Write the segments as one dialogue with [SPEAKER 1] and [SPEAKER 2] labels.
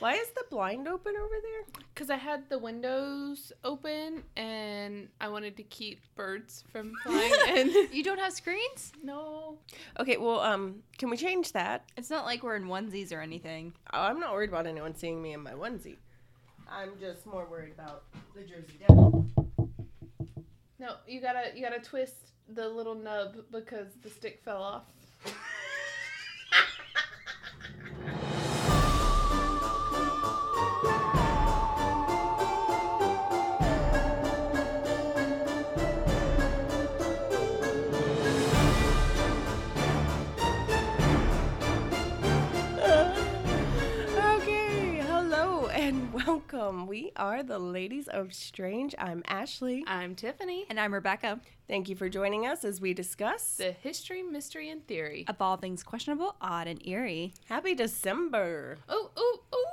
[SPEAKER 1] Why is the blind open over there?
[SPEAKER 2] Because I had the windows open and I wanted to keep birds from flying in.
[SPEAKER 3] You don't have screens?
[SPEAKER 2] no.
[SPEAKER 1] Okay, well, um, can we change that?
[SPEAKER 3] It's not like we're in onesies or anything.
[SPEAKER 1] Oh, I'm not worried about anyone seeing me in my onesie. I'm just more worried about the Jersey Devil.
[SPEAKER 2] No, you gotta you gotta twist the little nub because the stick fell off.
[SPEAKER 1] okay, hello and welcome. We are the Ladies of Strange. I'm Ashley.
[SPEAKER 2] I'm Tiffany.
[SPEAKER 3] And I'm Rebecca.
[SPEAKER 1] Thank you for joining us as we discuss
[SPEAKER 2] The history, mystery, and theory.
[SPEAKER 3] Of all things questionable, odd, and eerie.
[SPEAKER 1] Happy December.
[SPEAKER 2] Oh, oh, oh!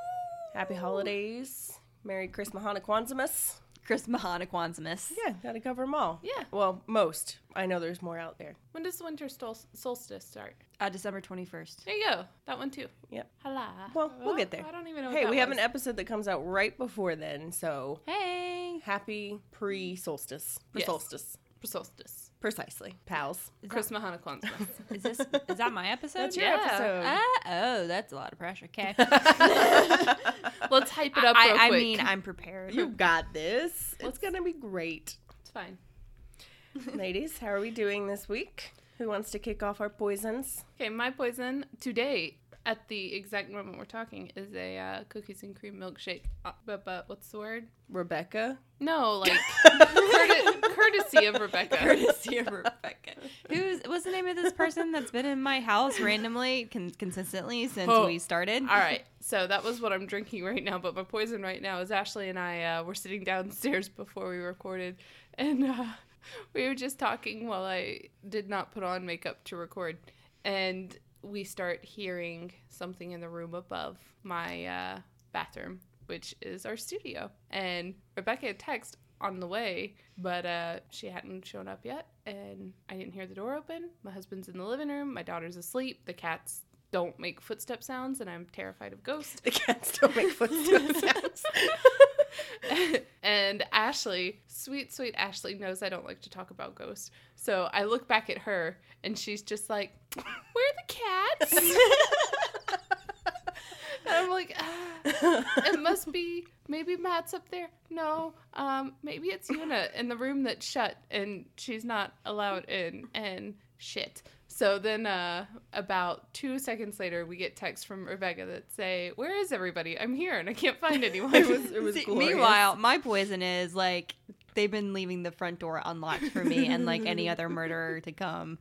[SPEAKER 1] Happy holidays. Merry Christmas, Hanukkah, Kwanzaamas.
[SPEAKER 3] Chris Mahana Quansimus.
[SPEAKER 1] Yeah, gotta cover them all.
[SPEAKER 2] Yeah.
[SPEAKER 1] Well, most. I know there's more out there.
[SPEAKER 2] When does winter stol- solstice start?
[SPEAKER 3] Uh, December 21st.
[SPEAKER 2] There you go. That one too.
[SPEAKER 1] Yep.
[SPEAKER 2] Hala.
[SPEAKER 1] Well, we'll get there.
[SPEAKER 2] I don't even know.
[SPEAKER 1] hey,
[SPEAKER 2] what
[SPEAKER 1] we
[SPEAKER 2] that
[SPEAKER 1] have
[SPEAKER 2] was.
[SPEAKER 1] an episode that comes out right before then, so
[SPEAKER 3] Hey.
[SPEAKER 1] happy pre solstice. Pre
[SPEAKER 2] Yes.
[SPEAKER 1] solstice.
[SPEAKER 2] solstice.
[SPEAKER 1] Precisely. Pals.
[SPEAKER 3] Is,
[SPEAKER 2] Chris Mahana Kwanzaa.
[SPEAKER 3] that, is this is that my episode?
[SPEAKER 1] That's your
[SPEAKER 2] Yeah.
[SPEAKER 1] episode.
[SPEAKER 3] Uh, oh, that's a lot of pressure. Okay.
[SPEAKER 2] Let's hype it up.
[SPEAKER 3] I,
[SPEAKER 2] real
[SPEAKER 3] I
[SPEAKER 2] quick.
[SPEAKER 3] mean, I'm prepared.
[SPEAKER 1] Ah. you got this. It's
[SPEAKER 2] Let's-
[SPEAKER 1] gonna be great.
[SPEAKER 2] it's fine.
[SPEAKER 1] Ladies, how are we doing this week? Who wants to kick off our poisons?
[SPEAKER 2] Okay, my poison today at the exact moment we're talking is a uh, cookies and cream milkshake. Uh, but, but what's the word?
[SPEAKER 1] Rebecca.
[SPEAKER 2] No, like courte- courtesy of Rebecca.
[SPEAKER 3] Courtesy of Rebecca. Who's what's the name of this person that's been in my house randomly, con- consistently since
[SPEAKER 2] Oh.
[SPEAKER 3] we started?
[SPEAKER 2] All right, so that was what I'm drinking right now. But my poison right now is Ashley and I uh, were sitting downstairs before we recorded, and uh, we were just talking while I did not put on makeup to record, and we start hearing something in the room above my uh, bathroom, which is our studio. And Rebecca had text on the way, but uh, she hadn't shown up yet, and I didn't hear the door open. My husband's in the living room. My daughter's asleep. The cats don't make footstep sounds, and I'm terrified of ghosts.
[SPEAKER 1] The cats don't make footsteps. sounds.
[SPEAKER 2] and Ashley, sweet, sweet Ashley, knows I don't like to talk about ghosts. So I look back at her, and she's just like, Where are the cats? and I'm like, ah, It must be maybe Matt's up there. No, um, maybe it's Una in the room that's shut, and she's not allowed in, and shit. So then, uh, about two seconds later, we get texts from Rebecca that say, "Where is everybody? I'm here and I can't find anyone."
[SPEAKER 1] it was, it was
[SPEAKER 3] See,
[SPEAKER 1] glorious.
[SPEAKER 3] meanwhile, my poison is like they've been leaving the front door unlocked for me and like any other murderer to come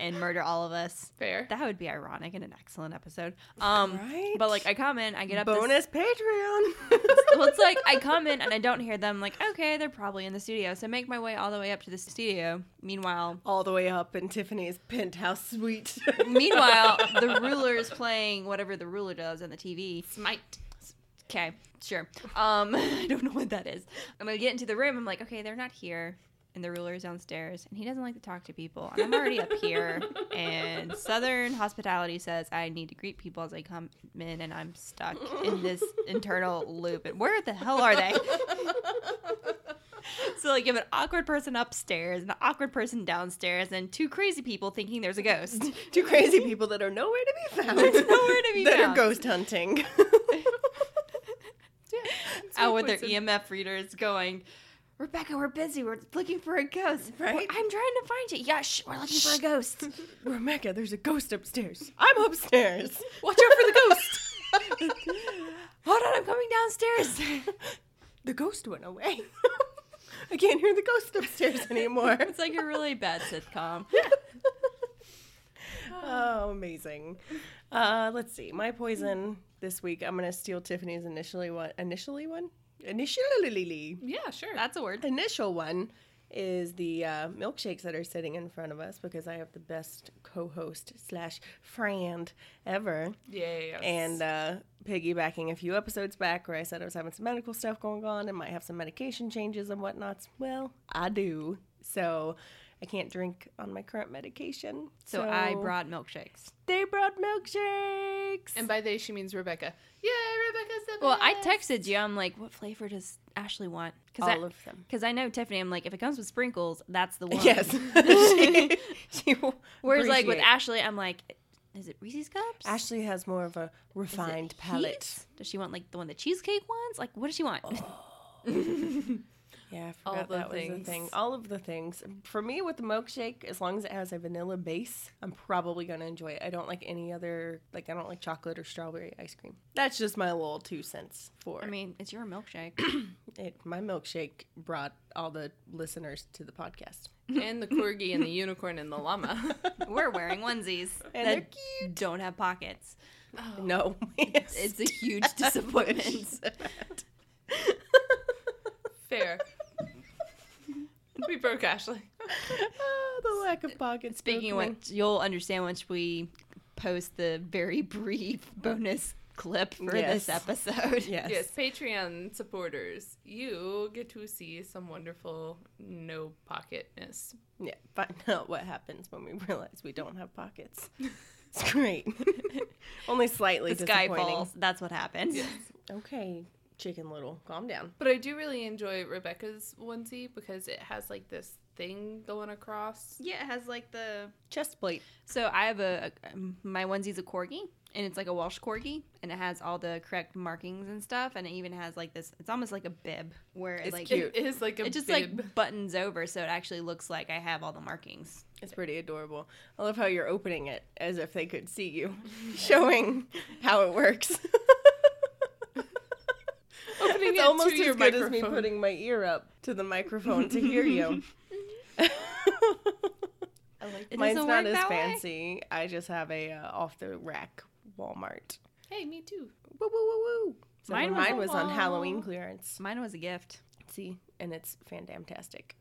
[SPEAKER 3] and murder all of us.
[SPEAKER 2] fair.
[SPEAKER 3] That would be ironic and an excellent episode. Um
[SPEAKER 1] Right?
[SPEAKER 3] but like I come in, I get up this-
[SPEAKER 1] bonus Patreon.
[SPEAKER 3] well, it's like I come in and I don't hear them like, okay, they're probably in the studio. So I make my way all the way up to the studio. Meanwhile
[SPEAKER 1] all the way up in Tiffany's penthouse suite.
[SPEAKER 3] Meanwhile, the ruler is playing whatever the ruler does on the TV.
[SPEAKER 2] Smite.
[SPEAKER 3] Okay, sure. Um, I don't know what that is. I'm gonna get into the room. I'm like, okay, they're not here, and the ruler's downstairs, and he doesn't like to talk to people. And I'm already up here, and Southern hospitality says I need to greet people as I come in, and I'm stuck in this internal loop. And where the hell are they? so like, you have an awkward person upstairs, and an awkward person downstairs, and two crazy people thinking there's a ghost.
[SPEAKER 1] Two crazy people that are nowhere to be found.
[SPEAKER 3] There's nowhere to be
[SPEAKER 1] that
[SPEAKER 3] found.
[SPEAKER 1] are ghost hunting.
[SPEAKER 2] Yeah, it's my
[SPEAKER 3] out with their
[SPEAKER 2] poison.
[SPEAKER 3] EMF readers going, Rebecca, we're busy. We're looking for a ghost.
[SPEAKER 1] Right?
[SPEAKER 3] We're- I'm trying to find you. Yeah, shh, we're looking for a ghost.
[SPEAKER 1] Rebecca, there's a ghost upstairs. I'm upstairs.
[SPEAKER 3] Watch out for the ghost. Hold on, I'm coming downstairs.
[SPEAKER 1] The ghost went away. I can't hear the ghost upstairs anymore.
[SPEAKER 3] it's like a really bad sitcom.
[SPEAKER 1] Oh, amazing. Uh, let's see. My poison this week. I'm gonna steal Tiffany's initially one. Initially one. Initially.
[SPEAKER 2] Yeah, sure.
[SPEAKER 3] That's a word.
[SPEAKER 1] initial one is the uh, milkshakes that are sitting in front of us because I have the best co-host slash friend ever.
[SPEAKER 2] yeah.
[SPEAKER 1] And uh, piggybacking a few episodes back where I said I was having some medical stuff going on and might have some medication changes and whatnots. Well, I do. So I can't drink on my current medication.
[SPEAKER 3] So, I brought milkshakes.
[SPEAKER 1] They brought milkshakes.
[SPEAKER 2] And by they, she means Rebecca. Yeah, Rebecca's the
[SPEAKER 3] Well, I
[SPEAKER 2] best.
[SPEAKER 3] texted you. I'm like, what flavor does Ashley want?
[SPEAKER 1] all
[SPEAKER 3] Because
[SPEAKER 1] of them.
[SPEAKER 3] I, know Tiffany. I'm like, if it comes with sprinkles, that's the one.
[SPEAKER 1] Yes. she, she will
[SPEAKER 3] Whereas like with
[SPEAKER 1] appreciate.
[SPEAKER 3] Ashley, I'm like, is it Reese's cups? Is
[SPEAKER 1] Ashley has more of a
[SPEAKER 3] it
[SPEAKER 1] refined
[SPEAKER 3] Heath?
[SPEAKER 1] palate.
[SPEAKER 3] Does she want like the one the cheesecake ones? Like, what does she want?
[SPEAKER 1] Yeah, I
[SPEAKER 2] All
[SPEAKER 1] forgot
[SPEAKER 2] the
[SPEAKER 1] that was
[SPEAKER 2] things.
[SPEAKER 1] the thing. All of the things. For me, with the milkshake, as long as it has a vanilla base, I'm probably gonna enjoy it. I don't like any other. Like I don't like chocolate or strawberry ice cream. That's just my little two cents for
[SPEAKER 3] I mean, it's your milkshake.
[SPEAKER 1] it. My milkshake brought all the listeners to the podcast.
[SPEAKER 2] and the corgi and the unicorn and the llama.
[SPEAKER 3] We're wearing onesies
[SPEAKER 1] And
[SPEAKER 3] that
[SPEAKER 1] they're
[SPEAKER 3] don't have pockets.
[SPEAKER 1] No,
[SPEAKER 3] Oh. It's a huge disappointment.
[SPEAKER 2] Fair. we broke Ashley.
[SPEAKER 1] Ah, the lack of pockets.
[SPEAKER 3] Speaking of
[SPEAKER 1] broke me.
[SPEAKER 3] which, you'll understand once we post the very brief bonus clip for
[SPEAKER 1] Yes.
[SPEAKER 3] this episode.
[SPEAKER 1] yes,
[SPEAKER 2] Yes, Patreon supporters, you get to see some wonderful no pocketness.
[SPEAKER 1] yeah, find out what happens when we realize we don't have pockets. It's great. Only slightly
[SPEAKER 3] The sky
[SPEAKER 1] disappointing.
[SPEAKER 3] falls. That's what happens.
[SPEAKER 1] Okay, Chicken Little, calm down.
[SPEAKER 2] But I do really enjoy Rebecca's onesie because it has like this thing going across.
[SPEAKER 3] Yeah, it has like the
[SPEAKER 1] Chest plate.
[SPEAKER 3] So I have a, a my onesie's a corgi, and it's like a Welsh corgi, and it has all the correct markings and stuff, and it even has like this. It's almost like a bib where it
[SPEAKER 1] It's
[SPEAKER 3] like
[SPEAKER 1] cute.
[SPEAKER 2] It is like a
[SPEAKER 3] it just
[SPEAKER 2] bib.
[SPEAKER 3] like buttons over, so it actually looks like I have all the markings.
[SPEAKER 1] It's pretty adorable. I love how you're opening it as if they could see you, showing how it works.
[SPEAKER 2] Opening
[SPEAKER 1] it's
[SPEAKER 2] it
[SPEAKER 1] almost
[SPEAKER 2] to
[SPEAKER 1] as
[SPEAKER 2] your
[SPEAKER 1] good as me
[SPEAKER 2] microphone.
[SPEAKER 1] putting my ear up to the microphone to hear you.
[SPEAKER 3] I like
[SPEAKER 1] Mine's not as fancy. I just have a uh, off the rack Walmart.
[SPEAKER 2] Hey, me too.
[SPEAKER 1] Woo woo woo woo. So
[SPEAKER 3] Mine
[SPEAKER 1] mine was,
[SPEAKER 3] was-
[SPEAKER 1] on
[SPEAKER 2] Aw.
[SPEAKER 1] Halloween clearance.
[SPEAKER 3] Mine was a gift.
[SPEAKER 1] See, and it's fantastic.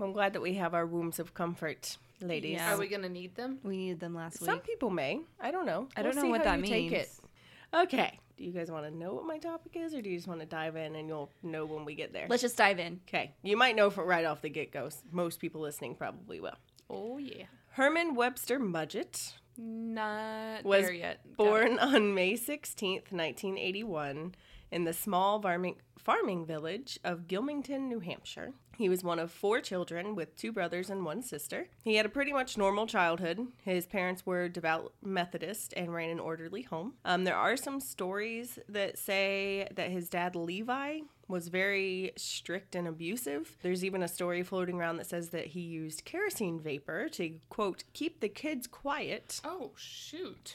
[SPEAKER 1] I'm glad that we have our rooms of comfort, ladies.
[SPEAKER 3] Yeah.
[SPEAKER 2] Are we gonna need them?
[SPEAKER 3] We needed them last
[SPEAKER 1] Some
[SPEAKER 3] week.
[SPEAKER 1] people may. I don't know.
[SPEAKER 3] I don't
[SPEAKER 1] We'll
[SPEAKER 3] know
[SPEAKER 1] see
[SPEAKER 3] what
[SPEAKER 1] how
[SPEAKER 3] that
[SPEAKER 1] you take it.
[SPEAKER 3] means.
[SPEAKER 1] Okay. Do you guys want to know what my topic is, or do you just want to dive in and you'll know when we get there?
[SPEAKER 3] Let's just dive in.
[SPEAKER 1] Okay. You might know from right off the get go. Most people listening probably will.
[SPEAKER 2] Oh yeah.
[SPEAKER 1] Herman Webster Mudgett
[SPEAKER 2] Not
[SPEAKER 1] Was
[SPEAKER 2] there yet. Got it.
[SPEAKER 1] Born on May 16th, 1981, in the small farming, farming village of Gilmington, New Hampshire. He was one of four children with two brothers and one sister. He had a pretty much normal childhood. His parents were devout Methodist and ran an orderly home. Um, there are some stories that say that his dad, Levi, was very strict and abusive. There's even a story floating around that says that he used kerosene vapor to, quote, keep the kids quiet.
[SPEAKER 2] Oh shoot.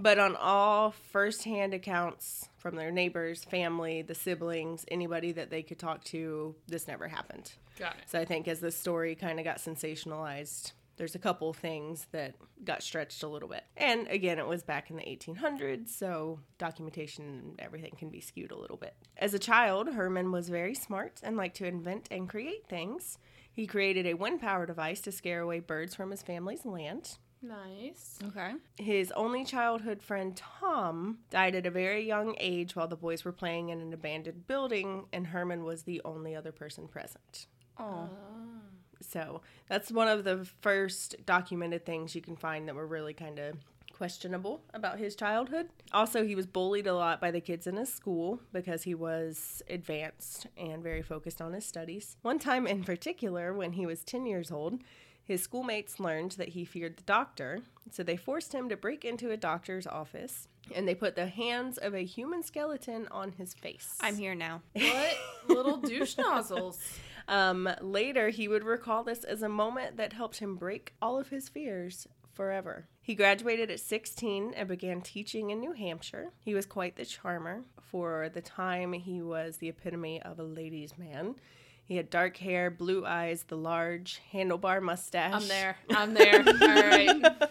[SPEAKER 1] But on all firsthand accounts from their neighbors, family, the siblings, anybody that they could talk to, this never happened.
[SPEAKER 2] Got it.
[SPEAKER 1] So I think as the story kind of got sensationalized, there's a couple things that got stretched a little bit. And again, it was back in the 1800s, so documentation and everything can be skewed a little bit. As a child, Herman was very smart and liked to invent and create things. He created a wind power device to scare away birds from his family's land.
[SPEAKER 2] Nice.
[SPEAKER 3] Okay.
[SPEAKER 1] His only childhood friend Tom died at a very young age while the boys were playing in an abandoned building, and Herman was the only other person present.
[SPEAKER 3] Oh.
[SPEAKER 1] So that's one of the first documented things you can find that were really kind of questionable about his childhood. Also, he was bullied a lot by the kids in his school because he was advanced and very focused on his studies. One time in particular, when he was 10 years old, his schoolmates learned that he feared the doctor, so they forced him to break into a doctor's office and they put the hands of a human skeleton on his face.
[SPEAKER 3] I'm here now.
[SPEAKER 2] Uh, What little douche nozzles?
[SPEAKER 1] Um, later, he would recall this as a moment that helped him break all of his fears forever. He graduated at 16 and began teaching in New Hampshire. He was quite the charmer. For the time, he was the epitome of a ladies' man. He had dark hair, blue eyes, the large handlebar mustache.
[SPEAKER 2] I'm there. I'm there. All right.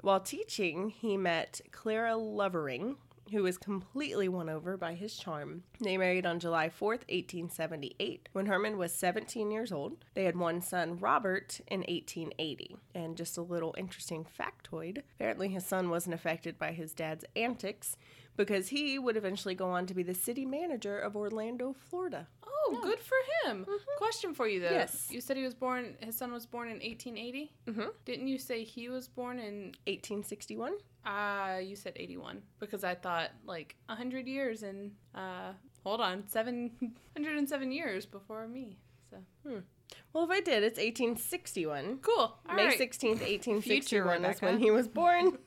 [SPEAKER 1] While teaching, he met Clara Lovering, who was completely won over by his charm. They married on July 4th, 1878, when Herman was 17 years old. They had one son, Robert, in 1880. And just a little interesting factoid apparently, his son wasn't affected by his dad's antics. because he would eventually go on to be the city manager of Orlando, Florida.
[SPEAKER 2] Oh, good for him. Question for you though.
[SPEAKER 1] Yes.
[SPEAKER 2] You said he was born. His son was born in 1880.
[SPEAKER 1] Mhm.
[SPEAKER 2] Didn't you say he was born in?
[SPEAKER 1] 1861?
[SPEAKER 2] Uh, you said 81 because I thought like 100 years and uh, hold on, seven hundred and seven years before me. So
[SPEAKER 1] Well, if I did, it's 1861.
[SPEAKER 2] cool. All right.
[SPEAKER 1] May 16th, 1861 is
[SPEAKER 3] Rebecca.
[SPEAKER 1] when he was born.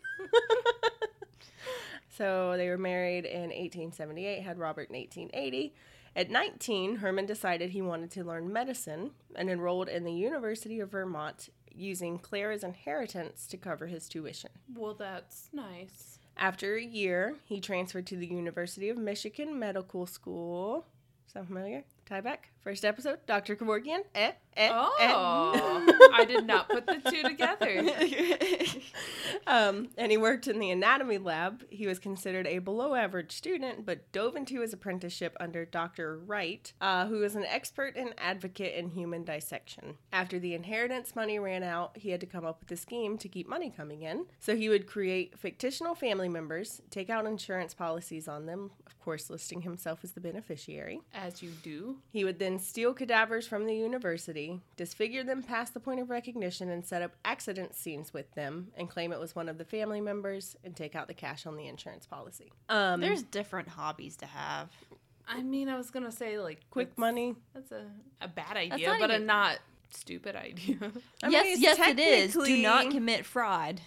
[SPEAKER 1] so they were married in 1878, had Robert in 1880. At 19, Herman decided he wanted to learn medicine and enrolled in the University of Vermont using Clara's inheritance to cover his tuition.
[SPEAKER 2] Well, that's nice.
[SPEAKER 1] After a year, he transferred to the University of Michigan Medical School. Sound familiar? Tie back. First episode, Dr. Kevorkian. Eh, eh,
[SPEAKER 2] Oh,
[SPEAKER 1] eh.
[SPEAKER 2] I did not put the two together.
[SPEAKER 1] Um, and he worked in the anatomy lab. He was considered a below average student, but dove into his apprenticeship under Dr. Wright, uh, who was an expert and advocate in human dissection. After the inheritance money ran out, he had to come up with a scheme to keep money coming in. So he would create fictitional family members, take out insurance policies on them, of course, listing himself as the beneficiary.
[SPEAKER 2] As you do.
[SPEAKER 1] He would then steal cadavers from the university, disfigure them past the point of recognition, and set up accident scenes with them and claim it was one of the family members and take out the cash on the insurance policy. Um,
[SPEAKER 3] There's different hobbies to have.
[SPEAKER 2] I mean, I was gonna say like
[SPEAKER 1] quick
[SPEAKER 2] that's-
[SPEAKER 1] money.
[SPEAKER 2] That's a, a bad idea,
[SPEAKER 3] not
[SPEAKER 2] but
[SPEAKER 3] even-
[SPEAKER 2] a not stupid idea.
[SPEAKER 1] I mean,
[SPEAKER 3] yes,
[SPEAKER 1] it's
[SPEAKER 3] yes, it is. Do
[SPEAKER 1] technically-
[SPEAKER 3] not commit fraud.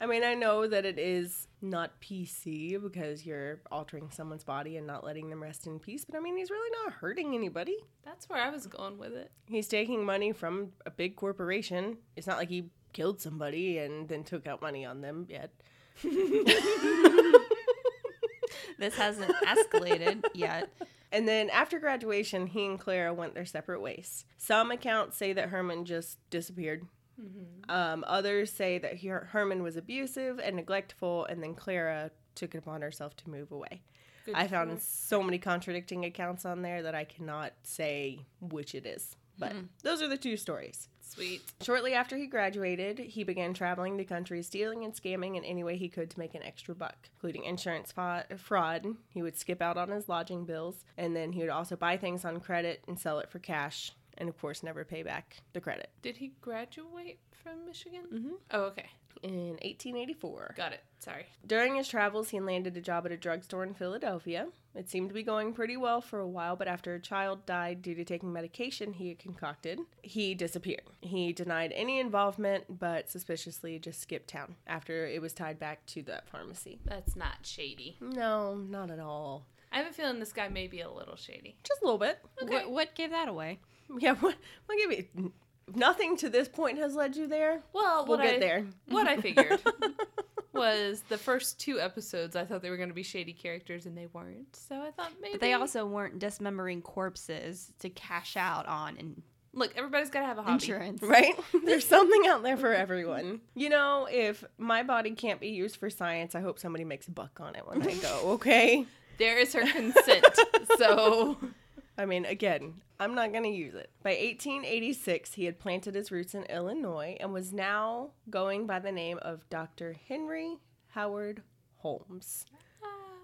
[SPEAKER 1] I mean, I know that it is not PC because you're altering someone's body and not letting them rest in peace, but I mean, he's really not hurting anybody.
[SPEAKER 2] That's where I was going with it.
[SPEAKER 1] He's taking money from a big corporation. It's not like he killed somebody and then took out money on them yet.
[SPEAKER 3] This hasn't escalated yet.
[SPEAKER 1] And then after graduation, he and Clara went their separate ways. Some accounts say that Herman just disappeared. Um, others say that he, Herman was abusive and neglectful, and then Clara took it upon herself to move away.
[SPEAKER 2] Good
[SPEAKER 1] I
[SPEAKER 2] for-
[SPEAKER 1] found so many contradicting accounts on there that I cannot say which it is. But those are the two stories.
[SPEAKER 2] sweet.
[SPEAKER 1] Shortly after he graduated, he began traveling the country, stealing and scamming in any way he could to make an extra buck, including insurance fa- fraud. He would skip out on his lodging bills, and then he would also buy things on credit and sell it for cash, and of course, never pay back the credit.
[SPEAKER 2] Did he graduate from Michigan? Mm-hmm. Oh, okay.
[SPEAKER 1] In 1884,
[SPEAKER 2] Got it. Sorry.
[SPEAKER 1] During his travels, he landed a job at a drugstore in Philadelphia. It seemed to be going pretty well for a while, but after a child died due to taking medication he had concocted, he disappeared. He denied any involvement, but suspiciously just skipped town after it was tied back to that pharmacy.
[SPEAKER 2] That's not shady.
[SPEAKER 1] No, not at all.
[SPEAKER 2] I have a feeling this guy may be a little shady.
[SPEAKER 1] Just a little bit.
[SPEAKER 2] Okay.
[SPEAKER 3] What, what gave that away?
[SPEAKER 1] Yeah, what? What give it? Nothing to this point has led you there.
[SPEAKER 2] Well,
[SPEAKER 1] We'll
[SPEAKER 2] what
[SPEAKER 1] get
[SPEAKER 2] I,
[SPEAKER 1] there.
[SPEAKER 2] What I figured was the first two episodes, I thought they were going to be shady characters, and they weren't. So I thought maybe.
[SPEAKER 3] But they also weren't dismembering corpses to cash out on in-
[SPEAKER 2] look. Everybody's got to have a hobby.
[SPEAKER 3] insurance.
[SPEAKER 1] Right? There's something out there for everyone. You know, if my body can't be used for science, I hope somebody makes a buck on it when I go, okay?
[SPEAKER 2] There is her consent. so
[SPEAKER 1] I mean, again, I'm not going to use it. By 1886, he had planted his roots in Illinois and was now going by the name of Dr. Henry Howard Holmes,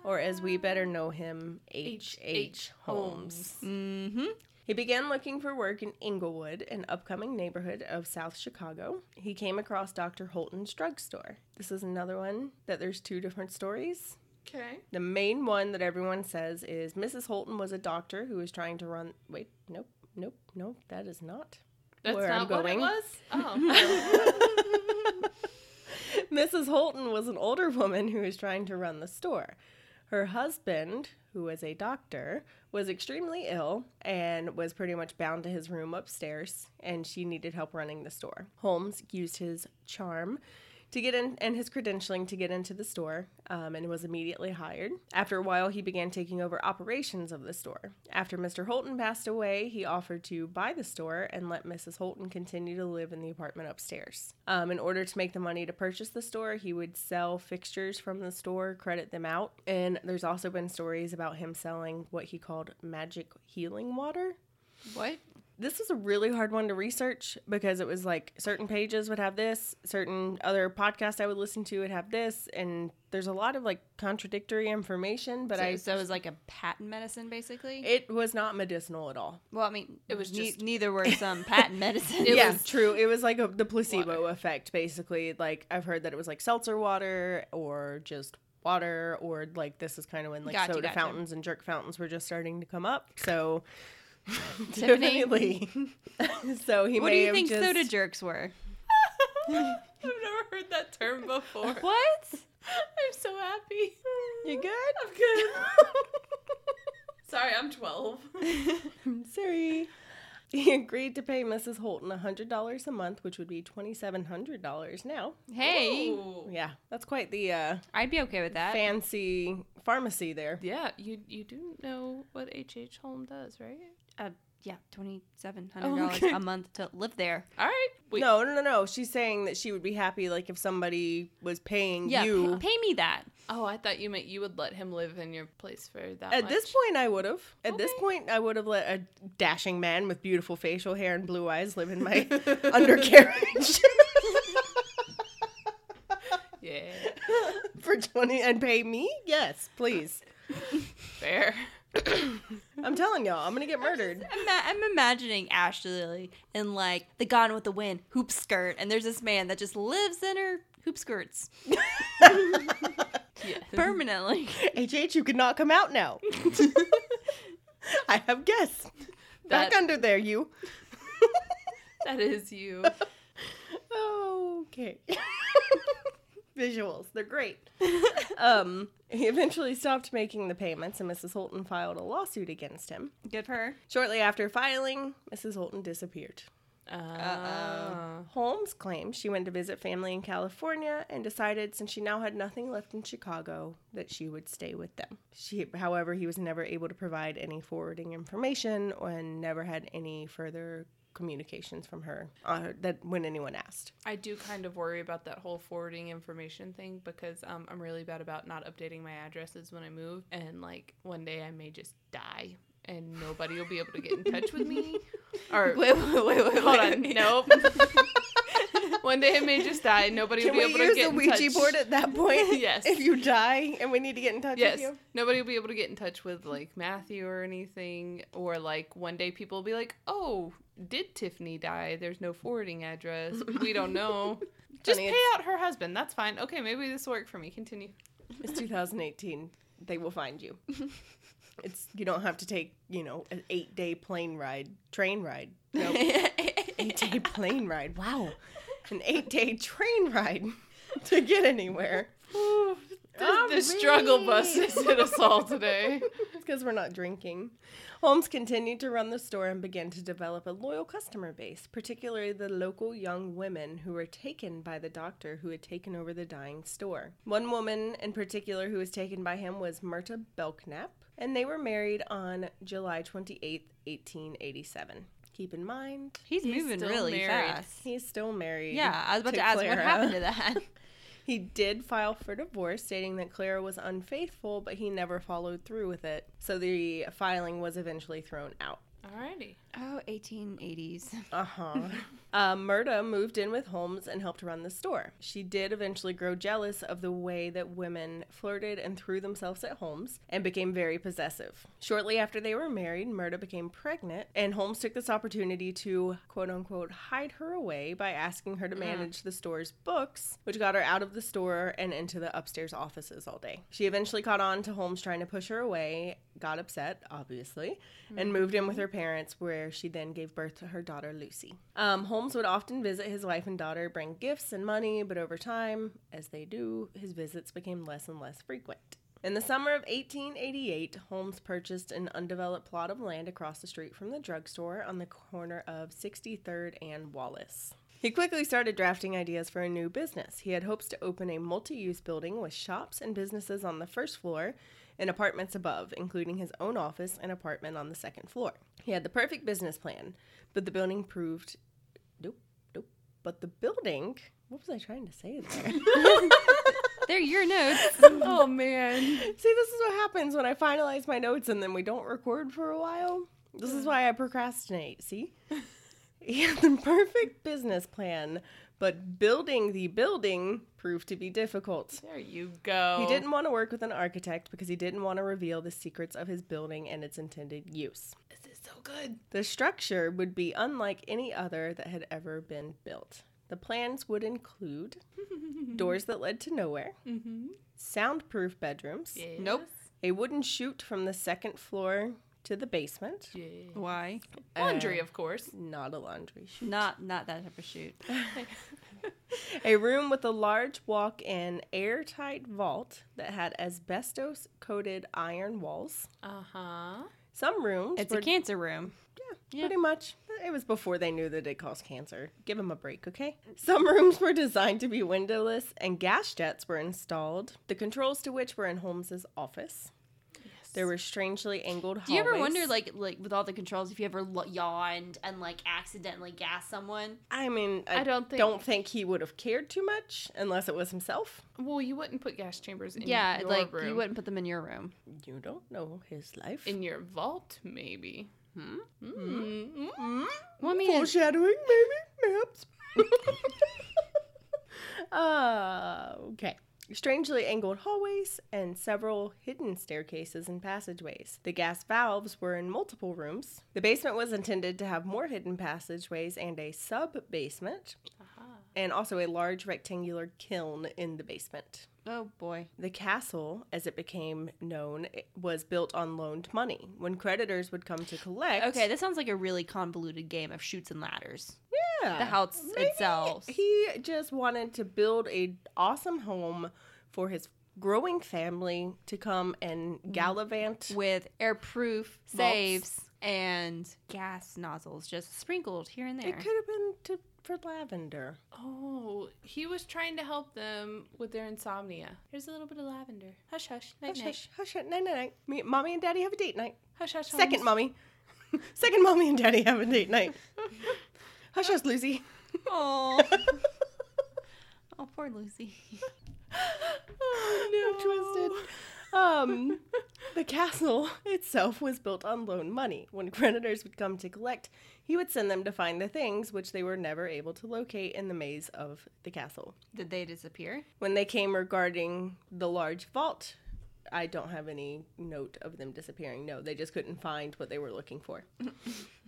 [SPEAKER 1] or as we better know him, H. H. Holmes.
[SPEAKER 3] Mm-hmm.
[SPEAKER 1] He began looking for work in Inglewood, an upcoming neighborhood of South Chicago. He came across Dr. Holton's drugstore. This is another one that there's two different stories.
[SPEAKER 2] Okay.
[SPEAKER 1] The main one that everyone says is Mrs. Holton was a doctor who was trying to run. Wait, nope, nope, nope, that is not.
[SPEAKER 2] That's
[SPEAKER 1] Where I'm
[SPEAKER 2] not what
[SPEAKER 1] going.
[SPEAKER 2] it was. Oh.
[SPEAKER 1] Mrs. Holton was an older woman who was trying to run the store. Her husband, who was a doctor, was extremely ill and was pretty much bound to his room upstairs, and she needed help running the store. Holmes used his charm to get in and his credentialing to get into the store um, and was immediately hired. After a while, he began taking over operations of the store. After Mr. Holton passed away, he offered to buy the store and let Mrs. Holton continue to live in the apartment upstairs. Um, in order to make the money to purchase the store, he would sell fixtures from the store, credit them out. And there's also been stories about him selling what he called magic healing water.
[SPEAKER 3] What?
[SPEAKER 1] This was a really hard one to research because it was like certain pages would have this, certain other podcasts I would listen to would have this, and there's a lot of like contradictory information. But
[SPEAKER 3] so,
[SPEAKER 1] I
[SPEAKER 3] so it was like a patent medicine, basically.
[SPEAKER 1] it was not medicinal at all.
[SPEAKER 3] well, I mean,
[SPEAKER 2] It was
[SPEAKER 3] ne-
[SPEAKER 2] just-
[SPEAKER 3] neither were some patent medicine.
[SPEAKER 1] yeah,
[SPEAKER 2] was-
[SPEAKER 1] true. It was like a, the placebo effect, basically. Like I've heard that it was like seltzer water or just water, or like this is kind of when like
[SPEAKER 3] Gotcha,
[SPEAKER 1] soda
[SPEAKER 3] gotcha.
[SPEAKER 1] fountains and jerk fountains were just starting to come up. So
[SPEAKER 3] Tiffany?
[SPEAKER 1] definitely. so he
[SPEAKER 3] What do
[SPEAKER 1] may
[SPEAKER 3] you
[SPEAKER 1] have
[SPEAKER 3] think
[SPEAKER 1] just...
[SPEAKER 3] soda jerks were?
[SPEAKER 2] I've never heard that term before.
[SPEAKER 3] What?
[SPEAKER 2] I'm so happy.
[SPEAKER 1] You good?
[SPEAKER 2] I'm good. Sorry, I'm 12.
[SPEAKER 1] I'm sorry. He agreed to pay Mrs. Holton $100 a month, which would be $2,700 now.
[SPEAKER 3] Hey,
[SPEAKER 2] Ooh.
[SPEAKER 1] Yeah, that's quite the uh,
[SPEAKER 3] I'd be okay with that.
[SPEAKER 1] fancy pharmacy there.
[SPEAKER 2] Yeah, you you do know what H.H. Holm does, right?
[SPEAKER 3] Uh, yeah, twenty seven hundred
[SPEAKER 2] Oh,
[SPEAKER 3] dollars
[SPEAKER 2] okay.
[SPEAKER 3] a month to live there.
[SPEAKER 2] All right. Wait,
[SPEAKER 1] No, no, no, no. She's saying that she would be happy, like, if somebody was paying
[SPEAKER 3] Yeah,
[SPEAKER 1] you.
[SPEAKER 3] pa- pay me that.
[SPEAKER 2] Oh, I thought you meant you would let him live in your place for that
[SPEAKER 1] At this
[SPEAKER 2] much.
[SPEAKER 1] point, I would have. At this
[SPEAKER 2] Okay.
[SPEAKER 1] point, I would have let a dashing man with beautiful facial hair and blue eyes live in my undercarriage
[SPEAKER 2] Yeah,
[SPEAKER 1] for 20 and pay me? Yes, please.
[SPEAKER 2] fair.
[SPEAKER 1] I'm telling y'all, I'm going to get murdered.
[SPEAKER 3] Ima- I'm imagining Ashley in like the Gone with the Wind hoop skirt, and there's this man that just lives in her hoop skirts
[SPEAKER 2] Yeah.
[SPEAKER 3] permanently.
[SPEAKER 1] HH, you could not come out now. I have guests. Back
[SPEAKER 2] That-
[SPEAKER 1] under there, you.
[SPEAKER 2] that is you.
[SPEAKER 1] okay. Visuals, they're great. Um, he eventually stopped making the payments, and Mrs. Holton filed a lawsuit against him.
[SPEAKER 3] Good for her.
[SPEAKER 1] Shortly after filing, Mrs. Holton disappeared.
[SPEAKER 2] Uh,
[SPEAKER 1] Holmes claimed she went to visit family in California and decided since she now had nothing left in Chicago that she would stay with them. She however, he was never able to provide any forwarding information and never had any further communications from her uh, that when anyone asked.
[SPEAKER 2] I do kind of worry about that whole forwarding information thing because um, I'm really bad about not updating my addresses when I move, and like one day I may just die, and nobody will be able to get in touch with me. Or
[SPEAKER 3] Wait, wait, wait, wait.
[SPEAKER 2] hold
[SPEAKER 3] wait.
[SPEAKER 2] on, nope. one day I may just die, and nobody
[SPEAKER 1] Can
[SPEAKER 2] will
[SPEAKER 1] we
[SPEAKER 2] be able to
[SPEAKER 1] use
[SPEAKER 2] get
[SPEAKER 1] a
[SPEAKER 2] in
[SPEAKER 1] Ouija
[SPEAKER 2] touch.
[SPEAKER 1] board at that point?
[SPEAKER 2] Yes.
[SPEAKER 1] If you die and we need to get in touch
[SPEAKER 2] Yes.
[SPEAKER 1] with you.
[SPEAKER 2] Nobody will be able to get in touch with like Matthew or anything. Or like one day people will be like, oh, did Tiffany die? There's no forwarding address. We don't know. Just
[SPEAKER 1] Funny,
[SPEAKER 2] pay out her husband. That's fine. Okay, maybe this will work for me. Continue.
[SPEAKER 1] It's 2018. They will find you. It's you don't have to take, you know, an 8-day plane ride, train ride. Nope. eight day plane ride. Wow. An eight day train ride to get anywhere.
[SPEAKER 2] The, the struggle bus has hit us all today.
[SPEAKER 1] because we're not drinking. Holmes continued to run the store and began to develop a loyal customer base, particularly the local young women who were taken by the doctor who had taken over the dying store. One woman in particular who was taken by him was Myrta Belknap, and they were married on July 28th, 1887. Keep in mind,
[SPEAKER 3] He's,
[SPEAKER 2] He's
[SPEAKER 3] moving
[SPEAKER 2] still
[SPEAKER 3] really
[SPEAKER 2] married.
[SPEAKER 3] fast.
[SPEAKER 1] he's still married.
[SPEAKER 3] Yeah, I was about to, ask what
[SPEAKER 1] Clara.
[SPEAKER 3] happened to that.
[SPEAKER 1] He did file for divorce, stating that Clara was unfaithful, but he never followed through with it. So the filing was eventually thrown out.
[SPEAKER 2] Alrighty.
[SPEAKER 3] Oh, 1880s.
[SPEAKER 1] Uh-huh. uh, Murda moved in with Holmes and helped run the store. She did eventually grow jealous of the way that women flirted and threw themselves at Holmes and became very possessive. Shortly after they were married, Murda became pregnant, and Holmes took this opportunity to quote unquote hide her away by asking her to manage the store's books, which got her out of the store and into the upstairs offices all day. She eventually caught on to Holmes trying to push her away, got upset, obviously, and moved in with her parents, where she then gave birth to her daughter, Lucy. Um, Holmes would often visit his wife and daughter, bring gifts and money, but over time, as they do, his visits became less and less frequent. In the summer of 1888, Holmes purchased an undeveloped plot of land across the street from the drugstore on the corner of 63rd and Wallace. He quickly started drafting ideas for a new business. He had hopes to open a multi use building with shops and businesses on the first floor and apartments above, including his own office and apartment on the second floor. He had the perfect business plan, but the building proved. Nope, nope. But the building. What was I trying to say there?
[SPEAKER 3] They're your notes.
[SPEAKER 2] Oh man.
[SPEAKER 1] See, this is what happens when I finalize my notes and then we don't record for a while. This is why I procrastinate. See? he had the perfect business plan, but building the building proved to be difficult.
[SPEAKER 2] There you go.
[SPEAKER 1] He didn't want to work with an architect because he didn't want to reveal the secrets of his building and its intended use.
[SPEAKER 2] This is so good.
[SPEAKER 1] The structure would be unlike any other that had ever been built. The plans would include doors that led to nowhere, soundproof bedrooms,
[SPEAKER 3] Nope.
[SPEAKER 1] a wooden chute from the second floor to the basement,
[SPEAKER 2] Yeah.
[SPEAKER 3] Why?
[SPEAKER 2] Laundry, of course.
[SPEAKER 1] not a laundry chute,
[SPEAKER 3] Not not that type of shoot.
[SPEAKER 1] a room with a large walk in airtight vault that had asbestos coated iron walls.
[SPEAKER 2] Uh huh.
[SPEAKER 1] Some rooms
[SPEAKER 3] It's
[SPEAKER 1] were
[SPEAKER 3] a cancer room.
[SPEAKER 1] Yeah, pretty much. It was before they knew that it caused cancer. Give them a break, okay? Some rooms were designed to be windowless, and gas jets were installed, the controls to which were in Holmes's office. There were strangely angled hallways.
[SPEAKER 3] Do you ever wonder, like, like with all the controls, if you ever lo- yawned and like accidentally gassed someone?
[SPEAKER 1] I mean, I,
[SPEAKER 2] I
[SPEAKER 1] don't
[SPEAKER 2] don't
[SPEAKER 1] think
[SPEAKER 2] think-
[SPEAKER 1] he would have cared too much unless it was himself.
[SPEAKER 2] Well, you wouldn't put gas chambers in
[SPEAKER 3] Yeah,
[SPEAKER 2] your
[SPEAKER 3] like
[SPEAKER 2] room.
[SPEAKER 3] you wouldn't put them in your room.
[SPEAKER 1] You don't know his life.
[SPEAKER 2] in your vault, maybe. Hmm.
[SPEAKER 3] Well, I mean, it's-
[SPEAKER 1] Mm-hmm. Foreshadowing, maybe, perhaps. uh, okay. Strangely angled hallways and several hidden staircases and passageways. The gas valves were in multiple rooms. The basement was intended to have more hidden passageways and a sub basement, and also a large rectangular kiln in the basement.
[SPEAKER 3] oh boy.
[SPEAKER 1] The castle, as it became known, it was built on loaned money. When creditors would come to collect,
[SPEAKER 3] Okay, that sounds like a really convoluted game of shoots and ladders.
[SPEAKER 1] yeah.
[SPEAKER 3] The house
[SPEAKER 1] Maybe
[SPEAKER 3] itself.
[SPEAKER 1] He just wanted to build a awesome home for his growing family to come and
[SPEAKER 3] Mm.
[SPEAKER 1] gallivant.
[SPEAKER 3] with airproof safes and gas nozzles just sprinkled here and there.
[SPEAKER 1] It could have been to, for lavender.
[SPEAKER 2] Oh, he was trying to help them with their insomnia. Here's a little bit of lavender. Hush, hush, night,
[SPEAKER 1] Hush,
[SPEAKER 2] night.
[SPEAKER 1] hush, hush, night, night, night. Me, mommy and daddy have a date night.
[SPEAKER 2] Hush, hush.
[SPEAKER 1] Second,
[SPEAKER 2] Holmes.
[SPEAKER 1] mommy. Second, mommy and daddy have a date night. Hush, hush, Lucy.
[SPEAKER 3] Oh, oh, poor Lucy.
[SPEAKER 1] I'm twisted. Um, the castle itself was built on loan money. When creditors would come to collect, he would send them to find the things which they were never able to locate in the maze of the castle.
[SPEAKER 3] Did they disappear?
[SPEAKER 1] When they came regarding the large vault, I don't have any note of them disappearing. No, they just couldn't find what they were looking for.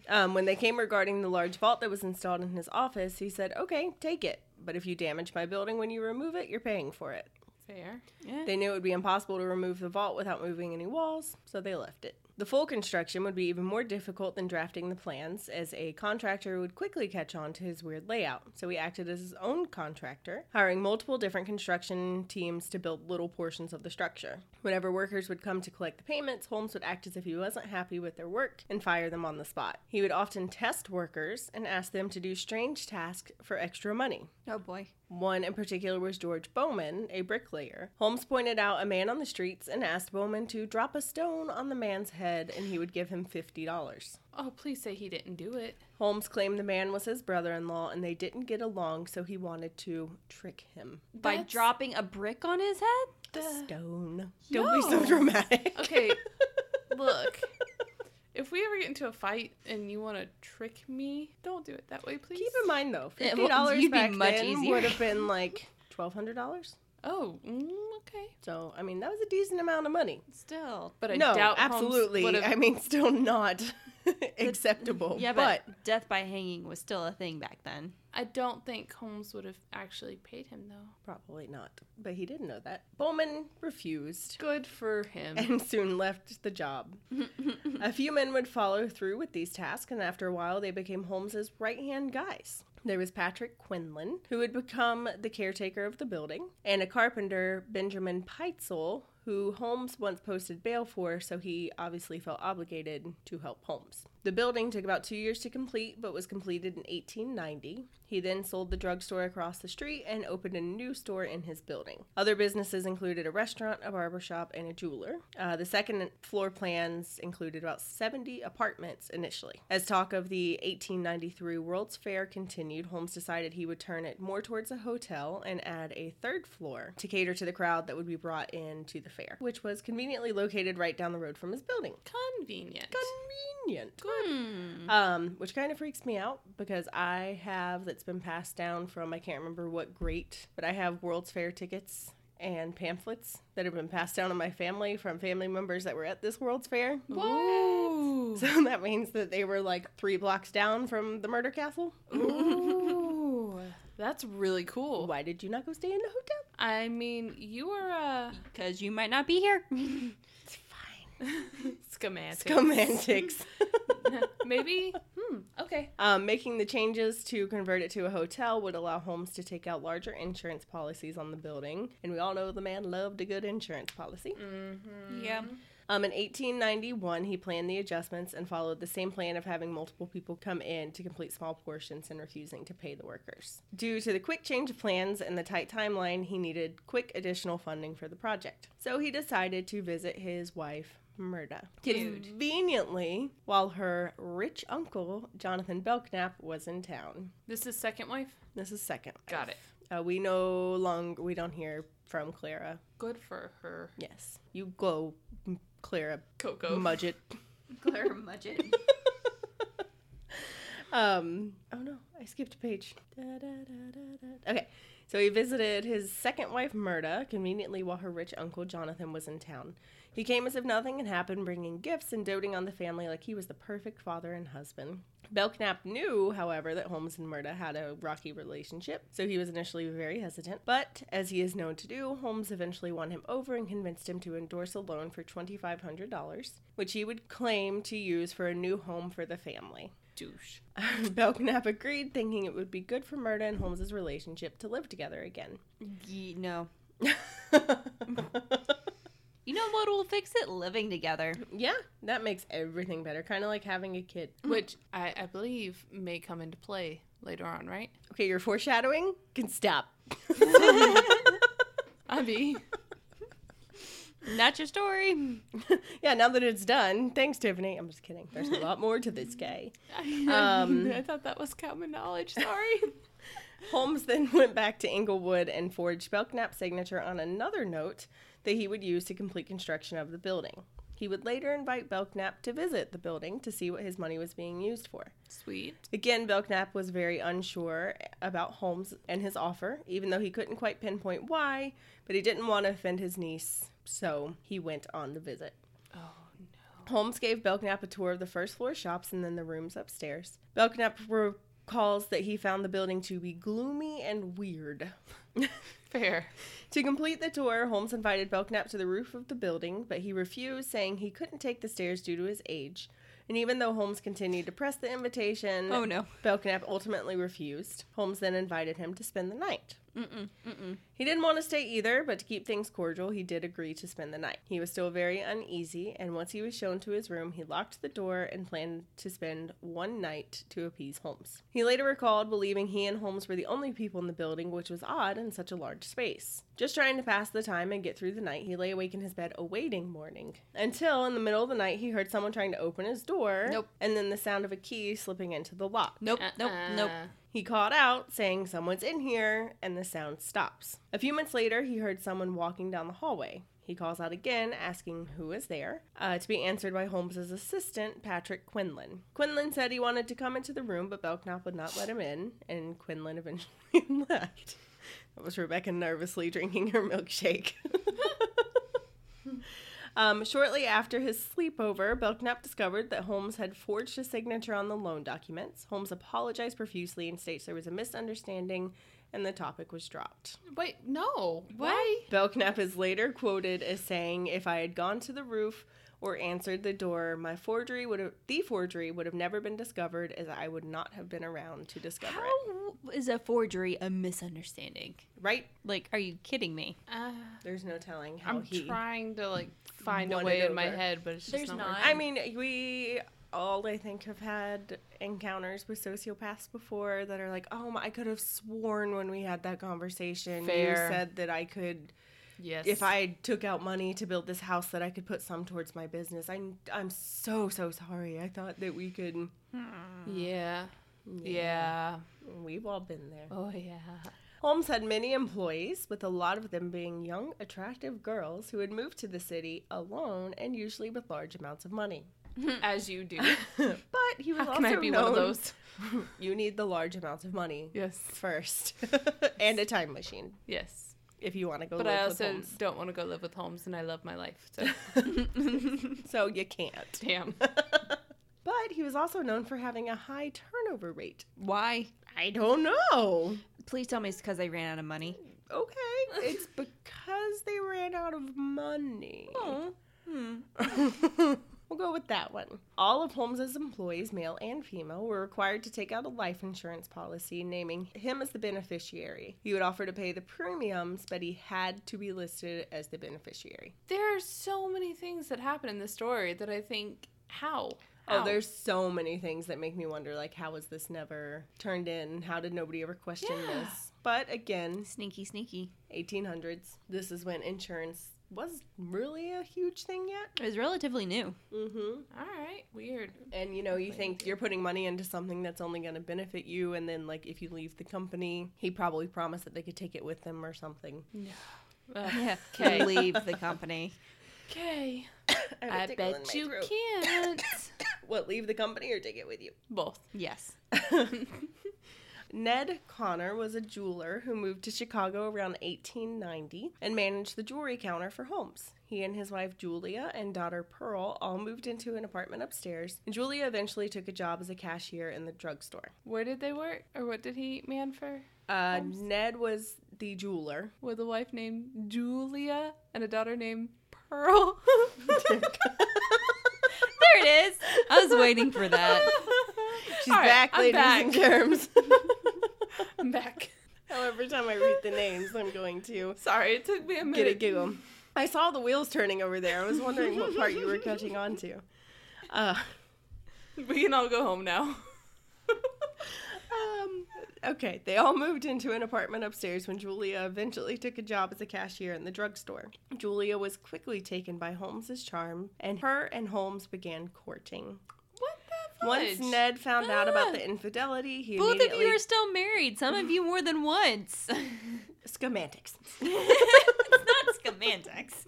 [SPEAKER 1] um, when they came regarding the large vault that was installed in his office, he said, Okay, take it. But if you damage my building when you remove it, you're paying for it.
[SPEAKER 2] Fair.
[SPEAKER 1] They knew it would be impossible to remove the vault without moving any walls, so they left it. The full construction would be even more difficult than drafting the plans, as a contractor would quickly catch on to his weird layout. So he acted as his own contractor, hiring multiple different construction teams to build little portions of the structure. Whenever workers would come to collect the payments, Holmes would act as if he wasn't happy with their work and fire them on the spot. He would often test workers and ask them to do strange tasks for extra money.
[SPEAKER 3] Oh boy.
[SPEAKER 1] One in particular was George Bowman, a bricklayer. Holmes pointed out a man on the streets and asked Bowman to drop a stone on the man's head and he would give him $50.
[SPEAKER 2] Oh, please say he didn't do it.
[SPEAKER 1] Holmes claimed the man was his brother in law and they didn't get along, so he wanted to trick him.
[SPEAKER 3] By
[SPEAKER 2] That's-
[SPEAKER 3] dropping a brick on his head?
[SPEAKER 1] Stone. Don't be so
[SPEAKER 2] No.
[SPEAKER 1] dramatic.
[SPEAKER 2] Okay, look. If we ever get into a fight and you want to trick me, don't do it that way, please.
[SPEAKER 1] Keep in mind though,
[SPEAKER 3] Yeah,
[SPEAKER 1] $50
[SPEAKER 3] well, you'd be
[SPEAKER 1] back
[SPEAKER 3] much
[SPEAKER 1] then
[SPEAKER 3] easier.
[SPEAKER 1] would have been like $1,200.
[SPEAKER 2] Oh, mm, okay.
[SPEAKER 1] So, I mean, that was a decent amount of money.
[SPEAKER 3] Still.
[SPEAKER 2] But I
[SPEAKER 1] no,
[SPEAKER 2] doubt Holmes
[SPEAKER 1] absolutely.
[SPEAKER 2] would've-
[SPEAKER 1] I mean, still not acceptable.
[SPEAKER 3] Yeah,
[SPEAKER 1] but
[SPEAKER 3] Oh, but, death by hanging was still a thing back then.
[SPEAKER 2] I don't think Holmes would have actually paid him though.
[SPEAKER 1] Probably not, but he didn't know that. Bowman refused
[SPEAKER 2] Good for him.
[SPEAKER 1] and soon left the job. a few men would follow through with these tasks, and after a while, they became Holmes's right hand guys. There was Patrick Quinlan, who would become the caretaker of the building, and a carpenter, Benjamin Peitzel, who Holmes once posted bail for, so he obviously felt obligated to help Holmes. The building took about two years to complete, but was completed in 1890. He then sold the drugstore across the street and opened a new store in his building. Other businesses included a restaurant, a barber shop, and a jeweler. Uh, the second floor plans included about 70 apartments initially. As talk of the 1893 World's Fair continued, Holmes decided he would turn it more towards a hotel and add a third floor to cater to the crowd that would be brought in to the fair, which was conveniently located right down the road from his building.
[SPEAKER 2] Convenient.
[SPEAKER 1] Convenient.
[SPEAKER 2] Good
[SPEAKER 3] Hmm.
[SPEAKER 1] um, which kind of freaks me out because I have that's been passed down from I can't remember what great, but I have World's Fair tickets and pamphlets that have been passed down in my family from family members that were at this World's Fair.
[SPEAKER 2] Hmm. What?
[SPEAKER 1] So that means that they were like three blocks down from the murder castle.
[SPEAKER 2] Ooh, that's really cool.
[SPEAKER 1] Why did you not go stay in the hotel?
[SPEAKER 2] I mean, you uh, are a
[SPEAKER 3] Because you might not be here.
[SPEAKER 1] It's fine.
[SPEAKER 2] schematic.
[SPEAKER 1] Scomantics.
[SPEAKER 2] Maybe. Hmm. Okay.
[SPEAKER 1] Um, making the changes to convert it to a hotel would allow homes to take out larger insurance policies on the building, and we all know the man loved a good insurance policy.
[SPEAKER 3] yeah.
[SPEAKER 1] Um, in 1891, he planned the adjustments and followed the same plan of having multiple people come in to complete small portions and refusing to pay the workers. Due to the quick change of plans and the tight timeline, he needed quick additional funding for the project. So he decided to visit his wife. Murda.
[SPEAKER 3] Dude.
[SPEAKER 1] Conveniently, while her rich uncle, Jonathan Belknap, was in town.
[SPEAKER 2] This is second wife.
[SPEAKER 1] This is second. wife.
[SPEAKER 2] Got it.
[SPEAKER 1] Uh, we no longer, we don't hear from Clara.
[SPEAKER 2] Good for her.
[SPEAKER 1] Yes. You go, m- Clara
[SPEAKER 2] Coco.
[SPEAKER 1] Mudget.
[SPEAKER 3] Claire Mudgett.
[SPEAKER 1] Um, oh no, I skipped a page. Da, da, da, da, da. Okay, so he visited his second wife, Murda, conveniently while her rich uncle Jonathan was in town. He came as if nothing had happened, bringing gifts and doting on the family like he was the perfect father and husband. Belknap knew, however, that Holmes and Murda had a rocky relationship, so he was initially very hesitant. But, as he is known to do, Holmes eventually won him over and convinced him to endorse a loan for $2,500, which he would claim to use for a new home for the family.
[SPEAKER 2] douche.
[SPEAKER 1] Belknap agreed, thinking it would be good for Murda and Holmes's relationship to live together again.
[SPEAKER 3] Ye- no. You know what will fix it? Living together.
[SPEAKER 1] yeah, that makes everything better. Kind of like having a kid.
[SPEAKER 2] Which I, I believe may come into play later on, right?
[SPEAKER 1] Okay, your foreshadowing can stop.
[SPEAKER 2] I mean,
[SPEAKER 3] Not your story.
[SPEAKER 1] yeah, now that it's done, thanks, Tiffany. I'm just kidding. There's a lot more to this guy.
[SPEAKER 2] I,
[SPEAKER 1] Um.
[SPEAKER 2] I thought that was common knowledge. Sorry.
[SPEAKER 1] Holmes then went back to Inglewood and forged Belknap's signature on another note that he would use to complete construction of the building. He would later invite Belknap to visit the building to see what his money was being used for.
[SPEAKER 2] Sweet.
[SPEAKER 1] Again, Belknap was very unsure about Holmes and his offer, even though he couldn't quite pinpoint why, but he didn't want to offend his niece, so he went on the visit.
[SPEAKER 2] Oh
[SPEAKER 1] Holmes gave Belknap a tour of the first floor shops and then the rooms upstairs. Belknap recalls that he found the building to be gloomy and weird.
[SPEAKER 2] fair.
[SPEAKER 1] To complete the tour, Holmes invited Belknap to the roof of the building, but he refused, saying he couldn't take the stairs due to his age. And even though Holmes continued to press the invitation,
[SPEAKER 3] Oh, no.
[SPEAKER 1] Belknap ultimately refused. Holmes then invited him to spend the night. Mm-mm, mm-mm. He didn't want to stay either, but to keep things cordial, he did agree to spend the night. He was still very uneasy, and once he was shown to his room, he locked the door and planned to spend one night to appease Holmes. He later recalled believing he and Holmes were the only people in the building, which was odd in such a large space. Just trying to pass the time and get through the night, he lay awake in his bed awaiting morning. Until, in the middle of the night, he heard someone trying to open his door,
[SPEAKER 3] Nope.
[SPEAKER 1] and then the sound of a key slipping into the lock.
[SPEAKER 3] Nope, nope, nope.
[SPEAKER 2] Uh-uh.
[SPEAKER 1] He called out, saying, Someone's in here, and the sound stops. A few minutes later, he heard someone walking down the hallway. He calls out again, asking who is there, uh, to be answered by Holmes's assistant, Patrick Quinlan. Quinlan said he wanted to come into the room, but Belknap would not let him in, and Quinlan eventually left. That was Rebecca nervously drinking her milkshake. Um, shortly after his sleepover, Belknap discovered that Holmes had forged a signature on the loan documents. Holmes apologized profusely and states there was a misunderstanding and the topic was dropped.
[SPEAKER 2] Wait, no. Why?
[SPEAKER 1] Belknap is later quoted as saying, "If I had gone to the roof or answered the door, my forgery would have the forgery would have never been discovered as I would not have been around to discover
[SPEAKER 3] How
[SPEAKER 1] it."
[SPEAKER 3] is a forgery a misunderstanding?
[SPEAKER 1] Right?
[SPEAKER 3] Like, are you kidding me?
[SPEAKER 2] Uh,
[SPEAKER 1] There's no telling how
[SPEAKER 2] I'm
[SPEAKER 1] Oh, he
[SPEAKER 2] trying to like find a
[SPEAKER 1] won it
[SPEAKER 2] way in my
[SPEAKER 1] over.
[SPEAKER 2] head, but it's just
[SPEAKER 3] There's
[SPEAKER 2] not.
[SPEAKER 3] not.
[SPEAKER 2] working.
[SPEAKER 1] I mean, we all, I think, have had encounters with sociopaths before that are like, oh, my, I could have sworn when we had that conversation,
[SPEAKER 2] Fair.
[SPEAKER 1] you said that I could,
[SPEAKER 2] Yes.
[SPEAKER 1] if I took out money to build this house, that I could put some towards my business. I, I'm so, so sorry. I thought that we could.
[SPEAKER 2] Yeah. Yeah.
[SPEAKER 1] We've all been there.
[SPEAKER 2] Oh yeah.
[SPEAKER 1] Holmes had many employees, with a lot of them being young, attractive girls who had moved to the city alone and usually with large amounts of money.
[SPEAKER 2] as you do.
[SPEAKER 1] but he was Mm.
[SPEAKER 2] How
[SPEAKER 1] also
[SPEAKER 2] can I be
[SPEAKER 1] known,
[SPEAKER 2] one of those?
[SPEAKER 1] You need the large amounts of money
[SPEAKER 2] Yes.
[SPEAKER 1] first, and a time machine
[SPEAKER 2] Yes.
[SPEAKER 1] if you want to go
[SPEAKER 2] But
[SPEAKER 1] live
[SPEAKER 2] I
[SPEAKER 1] with
[SPEAKER 2] also
[SPEAKER 1] Holmes.
[SPEAKER 2] don't want to go live with Holmes and I love my life. So
[SPEAKER 1] so you can't.
[SPEAKER 2] damn.
[SPEAKER 1] But he was also known for having a high turnover rate.
[SPEAKER 3] Why?
[SPEAKER 1] I don't know.
[SPEAKER 3] Please tell me it's because they ran out of money.
[SPEAKER 1] Okay, it's because they ran out of money.
[SPEAKER 2] Oh,
[SPEAKER 3] Hmm.
[SPEAKER 1] we'll go with that one. All of Holmes's employees, male and female, were required to take out a life insurance policy naming him as the beneficiary. He would offer to pay the premiums, but he had to be listed as the beneficiary.
[SPEAKER 2] There are so many things that happen in the story that I think, how?
[SPEAKER 1] Oh,
[SPEAKER 2] How?
[SPEAKER 1] there's so many things that make me wonder like how was this never turned in? How did nobody ever question
[SPEAKER 2] Yeah.
[SPEAKER 1] this? But again,
[SPEAKER 3] Sneaky, sneaky.
[SPEAKER 1] 1800s. This is when insurance was really a huge thing yet.
[SPEAKER 3] It was relatively new.
[SPEAKER 1] Mhm.
[SPEAKER 2] All right. Weird.
[SPEAKER 1] And you know, you
[SPEAKER 2] Thank
[SPEAKER 1] think
[SPEAKER 2] you.
[SPEAKER 1] you're putting money into something that's only going to benefit you, and then like if you leave the company, he probably promised that they could take it with them or something.
[SPEAKER 3] Yeah.
[SPEAKER 2] Okay.
[SPEAKER 3] Leave the company.
[SPEAKER 2] Okay.
[SPEAKER 1] have a
[SPEAKER 2] I
[SPEAKER 1] tickle in
[SPEAKER 2] bet
[SPEAKER 1] my
[SPEAKER 2] you
[SPEAKER 1] throat.
[SPEAKER 2] can't.
[SPEAKER 1] What leave the company or take it with you?
[SPEAKER 2] Both.
[SPEAKER 3] Yes.
[SPEAKER 1] Um, Ned Connor was a jeweler who moved to Chicago around 1890 and managed the jewelry counter for Holmes. He and his wife Julia and daughter Pearl all moved into an apartment upstairs, and Julia eventually took a job as a cashier in the drugstore.
[SPEAKER 2] Where did they work? Or what did he man for?
[SPEAKER 1] Uh, Ned was the jeweler.
[SPEAKER 2] With a wife named Julia and a daughter named Pearl.
[SPEAKER 3] There it is. I was waiting for that.
[SPEAKER 1] She's
[SPEAKER 2] All right,
[SPEAKER 1] back,
[SPEAKER 2] I'm
[SPEAKER 1] ladies
[SPEAKER 2] back.
[SPEAKER 1] and germs.
[SPEAKER 2] I'm back.
[SPEAKER 1] How every time I read the names, I'm going to
[SPEAKER 2] Sorry, it took me a minute.
[SPEAKER 1] get a giggle. I saw the wheels turning over there. I was wondering what part you were catching on to. Uh,
[SPEAKER 2] We can all go home now.
[SPEAKER 1] um, okay, they all moved into an apartment upstairs when Julia eventually took a job as a cashier in the drugstore. Julia was quickly taken by Holmes's charm, and her and Holmes began courting.
[SPEAKER 2] What the
[SPEAKER 1] Once
[SPEAKER 2] fudge?
[SPEAKER 1] Ned found out
[SPEAKER 2] Ah.
[SPEAKER 1] about the infidelity, he
[SPEAKER 3] Both of
[SPEAKER 1] immediately
[SPEAKER 3] you are still married. Some of you more than once.
[SPEAKER 1] schematics.
[SPEAKER 3] it's not schematics.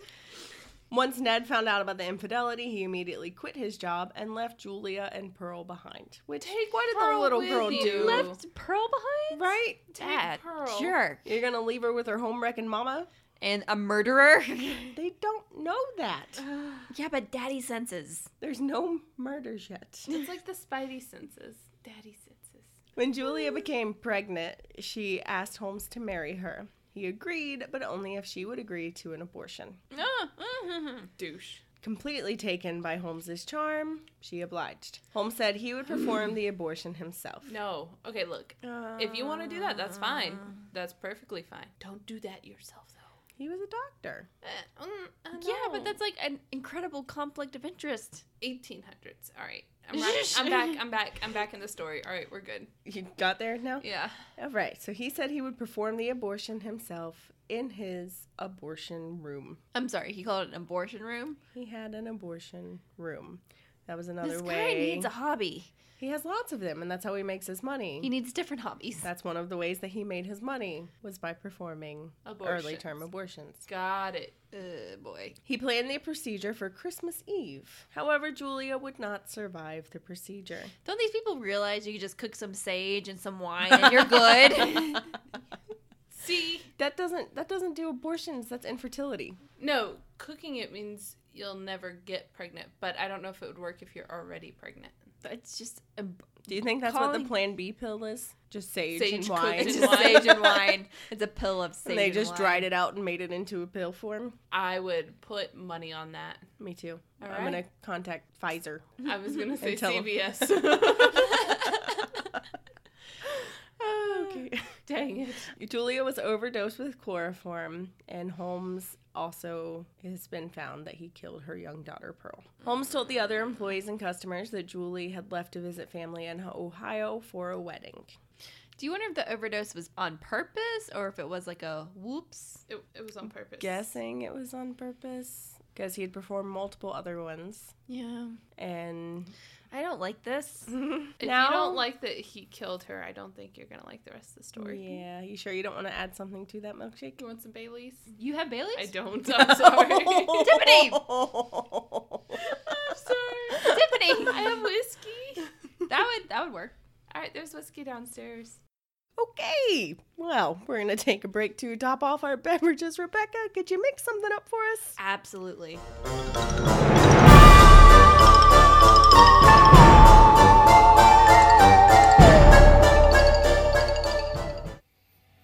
[SPEAKER 1] Once Ned found out about the infidelity, he immediately quit his job and left Julia and Pearl behind. Which
[SPEAKER 2] Take what did
[SPEAKER 1] Pearl
[SPEAKER 2] the
[SPEAKER 1] little
[SPEAKER 2] with
[SPEAKER 1] girl
[SPEAKER 2] you.
[SPEAKER 1] do?
[SPEAKER 3] Left Pearl behind?
[SPEAKER 1] right?
[SPEAKER 2] Take
[SPEAKER 3] That
[SPEAKER 2] Pearl.
[SPEAKER 3] jerk.
[SPEAKER 1] You're gonna leave her with her home wrecking mama?
[SPEAKER 3] And a murderer?
[SPEAKER 1] They don't know that.
[SPEAKER 3] yeah, but daddy senses.
[SPEAKER 1] There's no murders yet.
[SPEAKER 2] It's like the Spidey senses, Daddy senses.
[SPEAKER 1] When Julia became pregnant, she asked Holmes to marry her. He agreed, but only if she would agree to an abortion.
[SPEAKER 2] Douche.
[SPEAKER 1] Completely taken by Holmes's charm, she obliged. Holmes said he would perform the abortion himself.
[SPEAKER 2] No. Okay, look. If you want to do that, that's fine. That's perfectly fine. Don't do that yourself, though.
[SPEAKER 1] He was a doctor.
[SPEAKER 2] Eh, mm, I
[SPEAKER 3] Yeah,
[SPEAKER 2] know.
[SPEAKER 3] but that's like an incredible conflict of interest.
[SPEAKER 2] 1800s. All right. I'm, right. I'm back. I'm back. I'm back in the story. All right, we're good.
[SPEAKER 1] You got there now?
[SPEAKER 2] Yeah.
[SPEAKER 1] All right, so he said he would perform the abortion himself in his abortion room.
[SPEAKER 3] I'm sorry, he called it an abortion room.
[SPEAKER 1] He had an abortion room. That was another
[SPEAKER 3] This guy
[SPEAKER 1] way.
[SPEAKER 3] needs a hobby.
[SPEAKER 1] he has lots of them, and that's how he makes his money.
[SPEAKER 3] He needs different hobbies.
[SPEAKER 1] that's one of the ways that he made his money was by performing early term
[SPEAKER 2] Abortions.
[SPEAKER 1] abortions.
[SPEAKER 2] Got it.
[SPEAKER 3] Uh, boy.
[SPEAKER 1] He planned the procedure for Christmas Eve. However, Julia would not survive the procedure.
[SPEAKER 3] Don't these people realize you could just cook some sage and some wine and you're good?
[SPEAKER 2] See?
[SPEAKER 1] That doesn't that doesn't do abortions. That's infertility.
[SPEAKER 2] No, cooking it means you'll never get pregnant, but I don't know if it would work if you're already pregnant.
[SPEAKER 3] it's just ab-
[SPEAKER 1] Do you think that's what
[SPEAKER 3] Calling-
[SPEAKER 1] the Plan B pill is? Just sage, and
[SPEAKER 2] Sage
[SPEAKER 1] wine.
[SPEAKER 2] cooked
[SPEAKER 3] it's
[SPEAKER 2] in
[SPEAKER 3] just
[SPEAKER 2] wine.
[SPEAKER 3] sage and wine. It's a pill of sage.
[SPEAKER 1] And they
[SPEAKER 3] and
[SPEAKER 1] just
[SPEAKER 3] wine.
[SPEAKER 1] dried it out and made it into a pill form.
[SPEAKER 2] I would put money on that.
[SPEAKER 1] Me too.
[SPEAKER 2] All
[SPEAKER 1] I'm gonna
[SPEAKER 2] right.
[SPEAKER 1] contact Pfizer.
[SPEAKER 2] I was going to say
[SPEAKER 1] tell 'em.
[SPEAKER 2] CVS.
[SPEAKER 1] okay.
[SPEAKER 2] Dang it.
[SPEAKER 1] Julia was overdosed with chloroform, and Holmes also has been found that he killed her young daughter, Pearl. Holmes told the other employees and customers that Julie had left to visit family in Ohio for a wedding.
[SPEAKER 3] Do you wonder if the overdose was on purpose or if it was like a whoops?
[SPEAKER 2] It, it was on purpose.
[SPEAKER 1] Guessing it was on purpose because he had performed multiple other ones.
[SPEAKER 3] Yeah.
[SPEAKER 1] And
[SPEAKER 3] I don't like this.
[SPEAKER 2] If
[SPEAKER 1] Now-
[SPEAKER 2] you don't like that he killed her, I don't think you're gonna like the rest of the story.
[SPEAKER 1] yeah, you sure you don't want to add something to that milkshake?
[SPEAKER 2] You want some Bailey's?
[SPEAKER 3] You have Bailey's?
[SPEAKER 2] I don't. I'm sorry.
[SPEAKER 3] Tiffany!
[SPEAKER 2] I'm sorry.
[SPEAKER 3] Tiffany!
[SPEAKER 2] All right, there's whiskey downstairs.
[SPEAKER 1] Okay. Well, we're going to take a break to top off our beverages. Rebecca, could you mix something up for us?
[SPEAKER 3] Absolutely.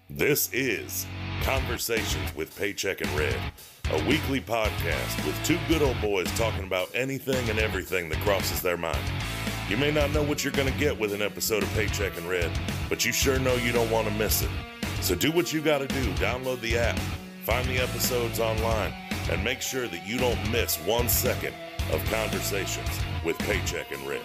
[SPEAKER 4] This is Conversations with Paycheck and Red, a weekly podcast with two good old boys talking about anything and everything that crosses their mind. You may not know what you're going to get with an episode of Paycheck and Red, but you sure know you don't want to miss it. So do what you got to do download the app, find the episodes online, and make sure that you don't miss one second of Conversations with Paycheck and Red.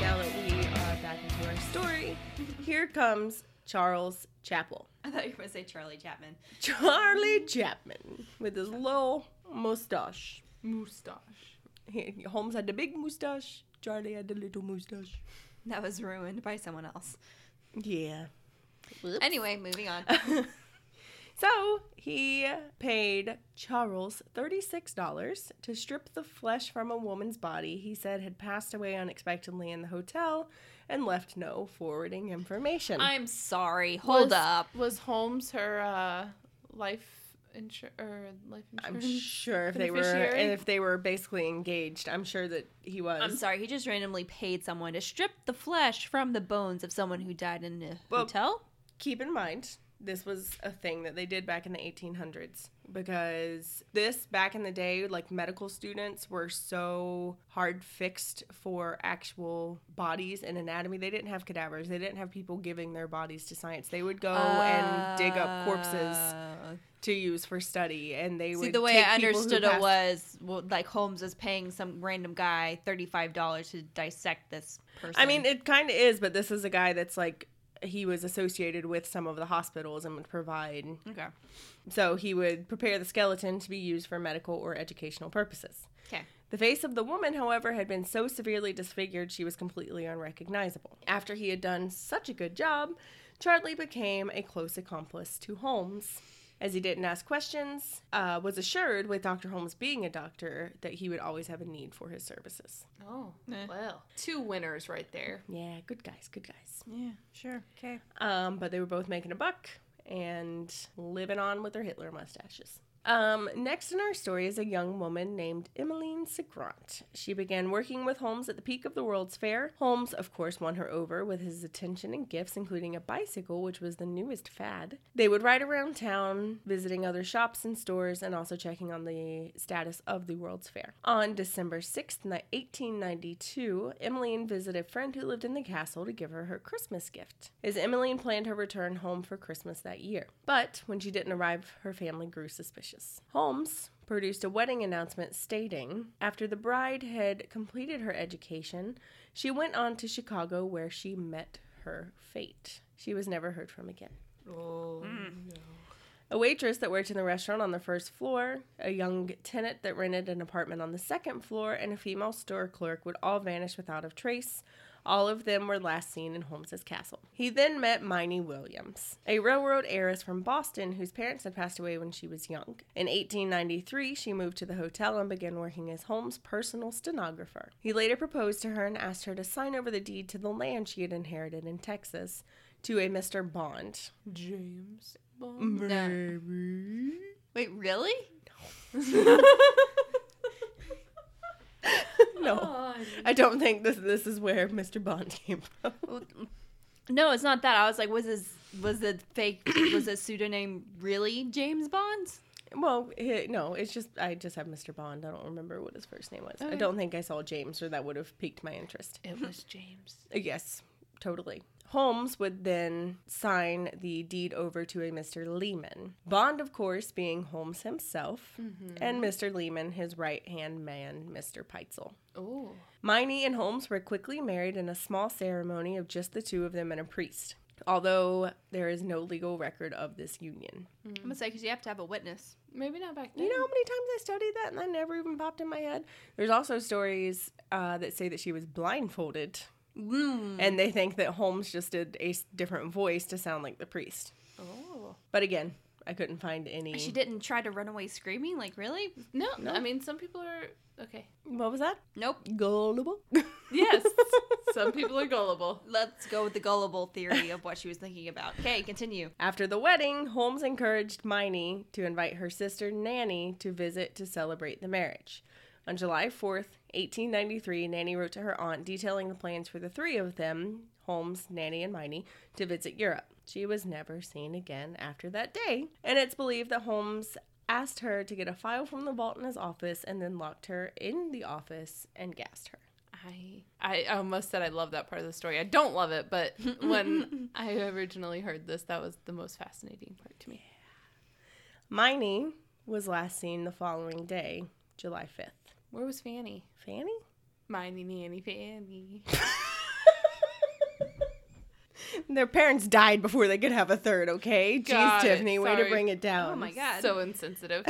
[SPEAKER 1] Now that we are back into our story, here comes Charles Chapel.
[SPEAKER 3] I thought you were going to say Charlie Chapman.
[SPEAKER 1] Charlie Chapman with his little mustache.
[SPEAKER 2] Moustache.
[SPEAKER 1] He- Holmes had the big mustache. Charlie had the little mustache.
[SPEAKER 3] That was ruined by someone else.
[SPEAKER 1] Yeah.
[SPEAKER 3] Anyway, moving on.
[SPEAKER 1] So he paid Charles $36 to strip the flesh from a woman's body he said had passed away unexpectedly in the hotel and left no forwarding information.
[SPEAKER 3] I'm sorry. Hold
[SPEAKER 2] Was-
[SPEAKER 3] up.
[SPEAKER 2] Was Holmes her uh, life insurance or life
[SPEAKER 1] I'm
[SPEAKER 2] insurance?
[SPEAKER 1] sure if they were
[SPEAKER 2] Beneficiary?
[SPEAKER 1] and if they were basically engaged, I'm sure that he was.
[SPEAKER 3] I'm sorry. He just randomly paid someone to strip the flesh from the bones of someone who died in a
[SPEAKER 1] Well-
[SPEAKER 3] hotel.
[SPEAKER 1] keep in mind this was a thing that they did back in the 1800s because this back in the day like medical students were so hard fixed for actual bodies and anatomy they didn't have cadavers they didn't have people giving their bodies to science they would go oh, and dig up corpses
[SPEAKER 3] Uh,
[SPEAKER 1] to use for study and they
[SPEAKER 3] See,
[SPEAKER 1] would
[SPEAKER 3] the way
[SPEAKER 1] take
[SPEAKER 3] I
[SPEAKER 1] people who
[SPEAKER 3] understood it
[SPEAKER 1] passed-
[SPEAKER 3] was well, like Holmes was paying some random guy $35 to dissect this person.
[SPEAKER 1] I mean, it kind of is, but this is a guy that's like he was associated with some of the hospitals and would provide.
[SPEAKER 3] okay.
[SPEAKER 1] So he would prepare the skeleton to be used for medical or educational purposes.
[SPEAKER 3] Okay.
[SPEAKER 1] The face of the woman, however, had been so severely disfigured she was completely unrecognizable. After he had done such a good job, Charlie became a close accomplice to Holmes. As he didn't ask questions, uh, was assured with Dr. Holmes being a doctor that he would always have a need for his services.
[SPEAKER 2] Oh,
[SPEAKER 3] Eh.
[SPEAKER 2] well. Two winners right there.
[SPEAKER 1] Yeah, good guys, good guys.
[SPEAKER 3] Yeah, sure. Okay.
[SPEAKER 1] Um, but they were both making a buck and living on with their Hitler mustaches. Um, next in our story is a young woman named Emmeline Segrant. She began working with Holmes at the peak of the World's Fair. Holmes, of course, won her over with his attention and gifts, including a bicycle, which was the newest fad. They would ride around town, visiting other shops and stores, and also checking on the status of the World's Fair. On December 6th, ni- 1892, Emmeline visited a friend who lived in the castle to give her her Christmas gift, as Emmeline planned her return home for Christmas that year. But when she didn't arrive, her family grew suspicious. Holmes produced a wedding announcement stating after the bride had completed her education, she went on to Chicago where she met her fate. She was never heard from again.
[SPEAKER 2] Oh.
[SPEAKER 1] A waitress that worked in the restaurant on the first floor, a young tenant that rented an apartment on the second floor, and a female store clerk would all vanish without a trace. All of them were last seen in Holmes's castle. He then met Miney Williams, a railroad heiress from Boston whose parents had passed away when she was young. In 1893, she moved to the hotel and began working as Holmes' personal stenographer. He later proposed to her and asked her to sign over the deed to the land she had inherited in Texas to a Mr. Bond.
[SPEAKER 2] James Bond.
[SPEAKER 3] Wait, really?
[SPEAKER 1] No. I don't think this this is where Mr. Bond came from.
[SPEAKER 3] No, it's not that. I was like, was this was the fake was the pseudonym really James Bond?
[SPEAKER 1] Well, he, no, it's just I just have Mr. Bond. I don't remember what his first name was. I
[SPEAKER 2] Okay.
[SPEAKER 1] don't think I saw James, or that would have piqued my interest.
[SPEAKER 2] It was James.
[SPEAKER 1] Uh, Yes, totally. Holmes would then sign the deed over to a Mr. Lehman. Bond, of course, being Holmes himself, and Mr. Lehman, his right hand man, Mr. Peitzel.
[SPEAKER 2] Oh.
[SPEAKER 1] Miney and Holmes were quickly married in a small ceremony of just the two of them and a priest, although there is no legal record of this union.
[SPEAKER 3] I'm gonna say because you have to have a witness.
[SPEAKER 2] Maybe not back then.
[SPEAKER 1] You know how many times I studied that and that never even popped in my head? There's also stories uh, that say that she was blindfolded And they think that Holmes just did a s- different voice to sound like the priest.
[SPEAKER 2] Oh.
[SPEAKER 1] But again, I couldn't find any.
[SPEAKER 3] She didn't try to run away screaming. Like really?
[SPEAKER 2] No, I mean, some people are. Okay.
[SPEAKER 1] What was that?
[SPEAKER 3] Nope.
[SPEAKER 1] Gullible.
[SPEAKER 2] Yes. some people are gullible.
[SPEAKER 3] Let's go with the gullible theory of what she was thinking about. Okay, continue.
[SPEAKER 1] After the wedding, Holmes encouraged Miney to invite her sister Nanny to visit to celebrate the marriage. On July 4th, 1893, Nanny wrote to her aunt detailing the plans for the three of them, Holmes, Nanny, and Miney, to visit Europe. She was never seen again after that day, and it's believed that Holmes asked her to get a file from the vault in his office and then locked her in the office and gassed her.
[SPEAKER 2] I, I almost said I love that part of the story. I don't love it, but when I originally heard this, that was the most fascinating part to me.
[SPEAKER 1] Miney was last seen the following day, July 5th.
[SPEAKER 2] Where was Fanny?
[SPEAKER 1] Fanny?
[SPEAKER 2] Miney Nanny Fanny.
[SPEAKER 1] Their parents died before they could have a third, okay? Jeez,
[SPEAKER 2] Got it.
[SPEAKER 1] Tiffany, way to
[SPEAKER 2] Sorry.
[SPEAKER 1] bring it down.
[SPEAKER 3] Oh my god.
[SPEAKER 2] So insensitive.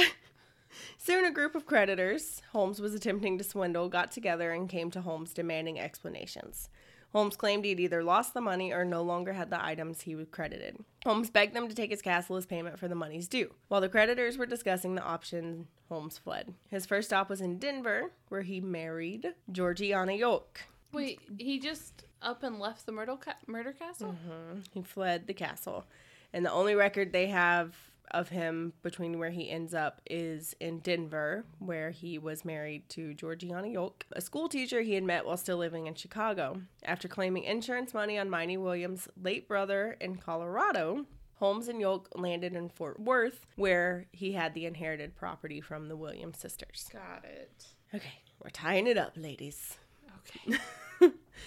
[SPEAKER 1] Soon, a group of creditors Holmes was attempting to swindle got together and came to Holmes demanding explanations. Holmes claimed he'd either lost the money or no longer had the items he was credited. Holmes begged them to take his castle as payment for the money's due. While the creditors were discussing the option, Holmes fled. His first stop was in Denver, where he married Georgiana York.
[SPEAKER 2] Wait, he just up and left the Myrtle ca- murder castle?
[SPEAKER 1] He fled the castle. And the only record they have of him between where he ends up is in Denver, where he was married to Georgiana Yolk, a school teacher he had met while still living in Chicago. After claiming insurance money on Miney Williams' late brother in Colorado, Holmes and Yolk landed in Fort Worth, where he had the inherited property from the Williams sisters.
[SPEAKER 2] Got it.
[SPEAKER 1] Okay, we're tying it up, ladies.
[SPEAKER 2] Okay.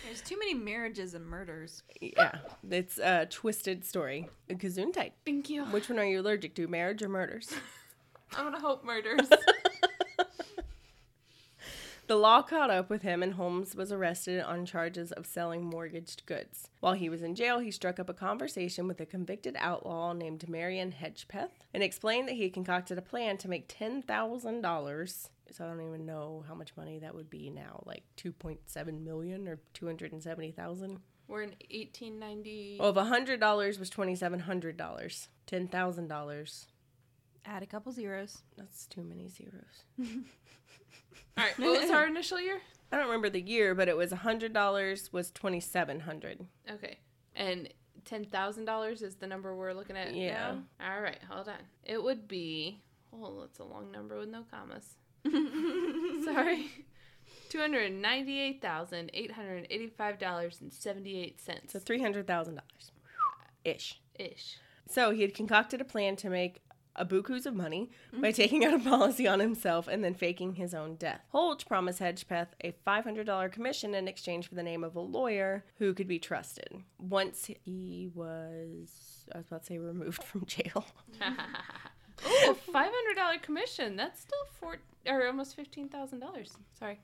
[SPEAKER 3] There's too many marriages and murders.
[SPEAKER 1] Yeah, it's a twisted story. Gesundheit.
[SPEAKER 2] Thank you.
[SPEAKER 1] Which one are you allergic to, marriage or murders?
[SPEAKER 2] I want to hope murders.
[SPEAKER 1] The law caught up with him, and Holmes was arrested on charges of selling mortgaged goods. While he was in jail, he struck up a conversation with a convicted outlaw named Marion Hedgepeth and explained that he had concocted a plan to make $10,000. So I don't even know how much money that would be now, like 2.7 million or 270,000.
[SPEAKER 2] We're in 1890.
[SPEAKER 1] Well, if $100 was $2,700, $10,000,
[SPEAKER 3] Add a couple zeros.
[SPEAKER 1] that's too many zeros.
[SPEAKER 2] All right, what was our initial year?
[SPEAKER 1] I don't remember the year, but it was $100 was 2700
[SPEAKER 2] Okay. And $10,000 is the number we're looking at
[SPEAKER 1] Yeah.
[SPEAKER 2] now? All right, hold on. It would be, oh, that's a long number with no commas. Sorry.
[SPEAKER 1] So
[SPEAKER 2] $298,885.78
[SPEAKER 1] three hundred thousand dollars, ish.
[SPEAKER 2] ish.
[SPEAKER 1] So he had concocted a plan to make abukus of money by taking out a policy on himself and then faking his own death. Holge promised Hedgepeth a five hundred dollar commission in exchange for the name of a lawyer who could be trusted. Once he was, I was about to say, removed from jail.
[SPEAKER 2] Oh, five hundred dollar commission. That's still four or almost fifteen thousand dollars. Sorry.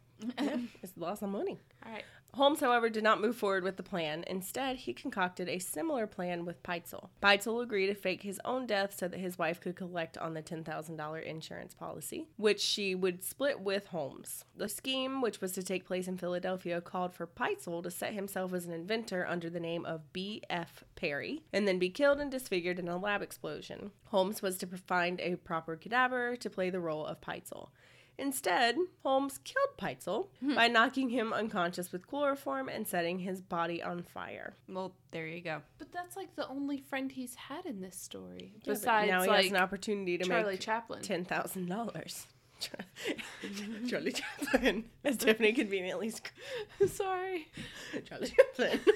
[SPEAKER 1] He's lost some money.
[SPEAKER 2] All right.
[SPEAKER 1] Holmes, however, did not move forward with the plan. Instead, he concocted a similar plan with Peitzel. Peitzel agreed to fake his own death so that his wife could collect on the $10,000 insurance policy, which she would split with Holmes. The scheme, which was to take place in Philadelphia, called for Peitzel to set himself as an inventor under the name of B.F. Perry and then be killed and disfigured in a lab explosion. Holmes was to find a proper cadaver to play the role of Peitzel. Instead, Holmes killed Peitzel
[SPEAKER 2] Hmm.
[SPEAKER 1] by knocking him unconscious with chloroform and setting his body on fire.
[SPEAKER 3] Well, there you go.
[SPEAKER 2] But that's like the only friend he's had in this story,
[SPEAKER 1] Yeah, but
[SPEAKER 2] besides
[SPEAKER 1] now he
[SPEAKER 2] like
[SPEAKER 1] has an opportunity to
[SPEAKER 2] Charlie
[SPEAKER 1] make
[SPEAKER 2] Chaplin.
[SPEAKER 1] ten thousand dollars. Charlie Chaplin, as Tiffany conveniently sc-
[SPEAKER 2] Sorry.
[SPEAKER 1] Charlie Chaplin.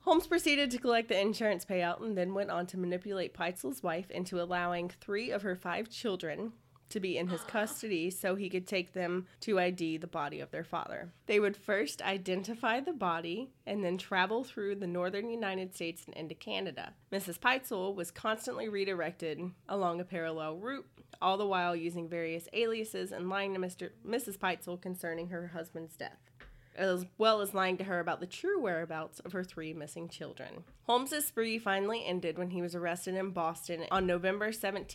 [SPEAKER 1] Holmes proceeded to collect the insurance payout and then went on to manipulate Peitzel's wife into allowing three of her five children to be in his custody so he could take them to ID the body of their father. They would first identify the body and then travel through the northern United States and into Canada. Mrs. Peitzel was constantly redirected along a parallel route, all the while using various aliases and lying to Mr. Mrs. Peitzel concerning her husband's death as well as lying to her about the true whereabouts of her three missing children. Holmes's spree finally ended when he was arrested in Boston on November 17th,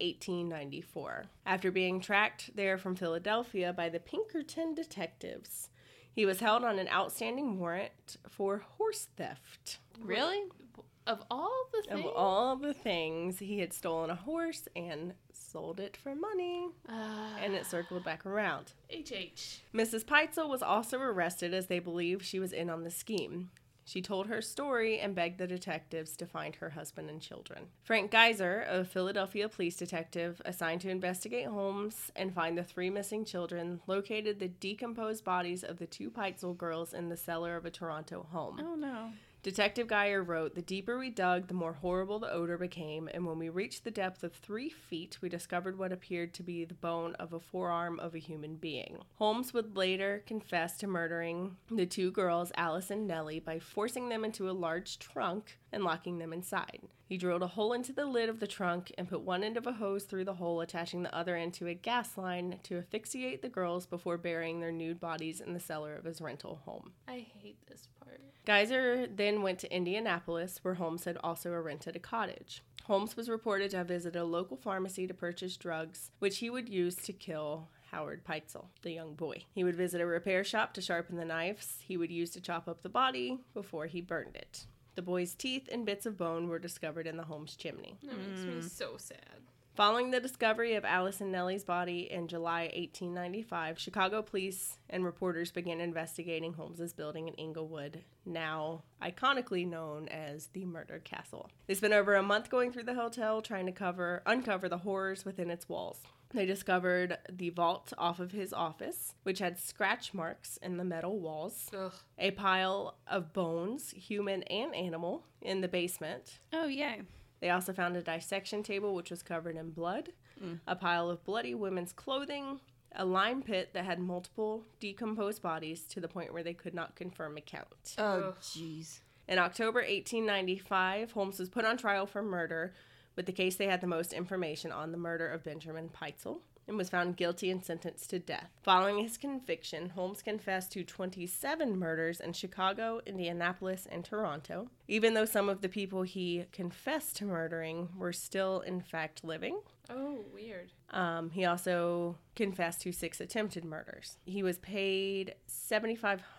[SPEAKER 1] 1894, after being tracked there from Philadelphia by the Pinkerton detectives. He was held on an outstanding warrant for horse theft.
[SPEAKER 3] Really?
[SPEAKER 2] Of all the things.
[SPEAKER 1] Of all the things, he had stolen a horse and sold it for money,
[SPEAKER 2] Ah,
[SPEAKER 1] and it circled back around.
[SPEAKER 2] HH.
[SPEAKER 1] Mrs. Peitzel was also arrested as they believed she was in on the scheme. She told her story and begged the detectives to find her husband and children. Frank Geiser, a Philadelphia police detective assigned to investigate Holmes and find the three missing children, located the decomposed bodies of the two Peitzel girls in the cellar of a Toronto home.
[SPEAKER 2] no.
[SPEAKER 1] Detective Geyer wrote, The deeper we dug, the more horrible the odor became, and when we reached the depth of three feet, we discovered what appeared to be the bone of a forearm of a human being. Holmes would later confess to murdering the two girls, Alice and Nellie, by forcing them into a large trunk and locking them inside. He drilled a hole into the lid of the trunk and put one end of a hose through the hole, attaching the other end to a gas line to asphyxiate the girls before burying their nude bodies in the cellar of his rental home.
[SPEAKER 2] I hate this part.
[SPEAKER 1] Geyser then went to Indianapolis, where Holmes had also rented a cottage. Holmes was reported to have visited a local pharmacy to purchase drugs, which he would use to kill Howard Peitzel, the young boy. He would visit a repair shop to sharpen the knives he would use to chop up the body before he burned it. The boy's teeth and bits of bone were discovered in the home's chimney.
[SPEAKER 2] That makes me so sad.
[SPEAKER 1] Following the discovery of Alice and Nellie's body in July 1895, Chicago police and reporters began investigating Holmes's building in Inglewood, now iconically known as the Murder Castle. They spent over a month going through the hotel trying to cover uncover the horrors within its walls. They discovered the vault off of his office, which had scratch marks in the metal walls,
[SPEAKER 2] Ugh.
[SPEAKER 1] a pile of bones, human and animal, in the basement,
[SPEAKER 3] Oh, yay.
[SPEAKER 1] they also found a dissection table which was covered in blood, a pile of bloody women's clothing, a lime pit that had multiple decomposed bodies to the point where they could not confirm a count.
[SPEAKER 3] Oh,
[SPEAKER 2] Ugh.
[SPEAKER 3] jeez.
[SPEAKER 1] In October 1895, Holmes was put on trial for murder, with the case they had the most information on the murder of Benjamin Peitzel and was found guilty and sentenced to death. Following his conviction, Holmes confessed to 27 murders in Chicago, Indianapolis, and Toronto, even though some of the people he confessed to murdering were still in fact living.
[SPEAKER 2] Oh, weird.
[SPEAKER 1] Um, he also confessed to six attempted murders. He was paid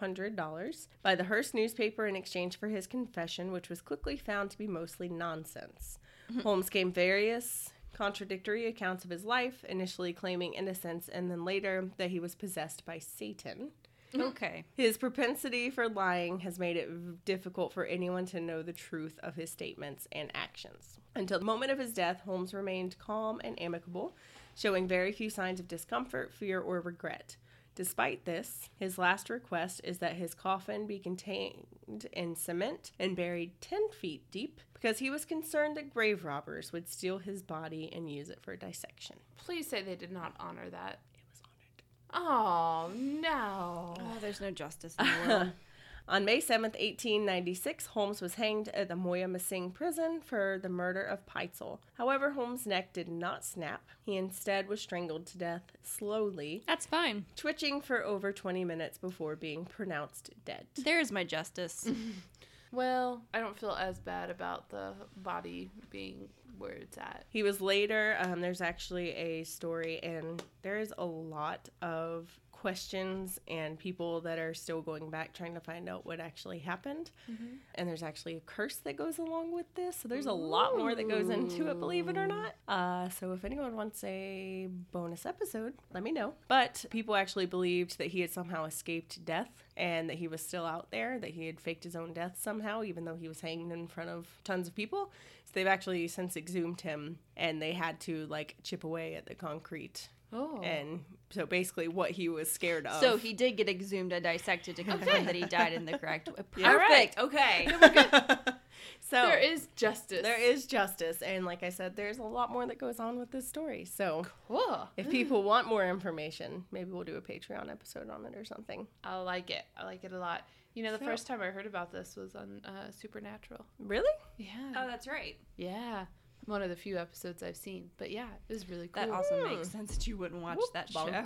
[SPEAKER 1] $7,500 by the Hearst newspaper in exchange for his confession, which was quickly found to be mostly nonsense. Holmes gave various contradictory accounts of his life, initially claiming innocence and then later that he was possessed by Satan.
[SPEAKER 3] Okay.
[SPEAKER 1] His propensity for lying has made it v- difficult for anyone to know the truth of his statements and actions. Until the moment of his death, Holmes remained calm and amicable, showing very few signs of discomfort, fear, or regret. Despite this, his last request is that his coffin be contained in cement and buried 10 feet deep because he was concerned that grave robbers would steal his body and use it for dissection.
[SPEAKER 2] Please say they did not honor that.
[SPEAKER 1] It was honored.
[SPEAKER 2] Oh, no.
[SPEAKER 3] Oh, there's no justice in the world.
[SPEAKER 1] On May 7th, 1896, Holmes was hanged at the Moyamensing prison for the murder of Peitzel. However, Holmes' neck did not snap. He instead was strangled to death slowly,
[SPEAKER 3] That's fine.
[SPEAKER 1] twitching for over 20 minutes before being pronounced dead.
[SPEAKER 3] There's my justice.
[SPEAKER 2] Well, I don't feel as bad about the body being where it's at.
[SPEAKER 1] He was later, um, there's actually a story, and there is a lot of questions and people that are still going back trying to find out what actually happened. And there's actually a curse that goes along with this. So there's a lot more that goes into it, believe it or not. Uh, so if anyone wants a bonus episode, let me know. But people actually believed that he had somehow escaped death and that he was still out there, that he had faked his own death somehow, even though he was hanged in front of tons of people. So they've actually since exhumed him and they had to like chip away at the concrete.
[SPEAKER 2] Oh.
[SPEAKER 1] And so basically what he was scared of.
[SPEAKER 3] So he did get exhumed and dissected to confirm that he died in the correct way. Perfect.
[SPEAKER 1] All right.
[SPEAKER 3] Okay.
[SPEAKER 1] so
[SPEAKER 2] There is justice.
[SPEAKER 1] there is justice and like I said there's a lot more that goes on with this story. So
[SPEAKER 2] Cool.
[SPEAKER 1] If people want more information, maybe we'll do a Patreon episode on it or something.
[SPEAKER 2] I like it. I like it a lot. You know, the
[SPEAKER 1] So-
[SPEAKER 2] first time I heard about this was on uh, Supernatural.
[SPEAKER 1] Really?
[SPEAKER 2] Yeah.
[SPEAKER 3] Oh, that's right.
[SPEAKER 2] yeah. One of the few episodes I've seen. But yeah, it was really cool.
[SPEAKER 3] That also makes sense that you wouldn't watch
[SPEAKER 1] Whoop,
[SPEAKER 3] that show.
[SPEAKER 1] bonk.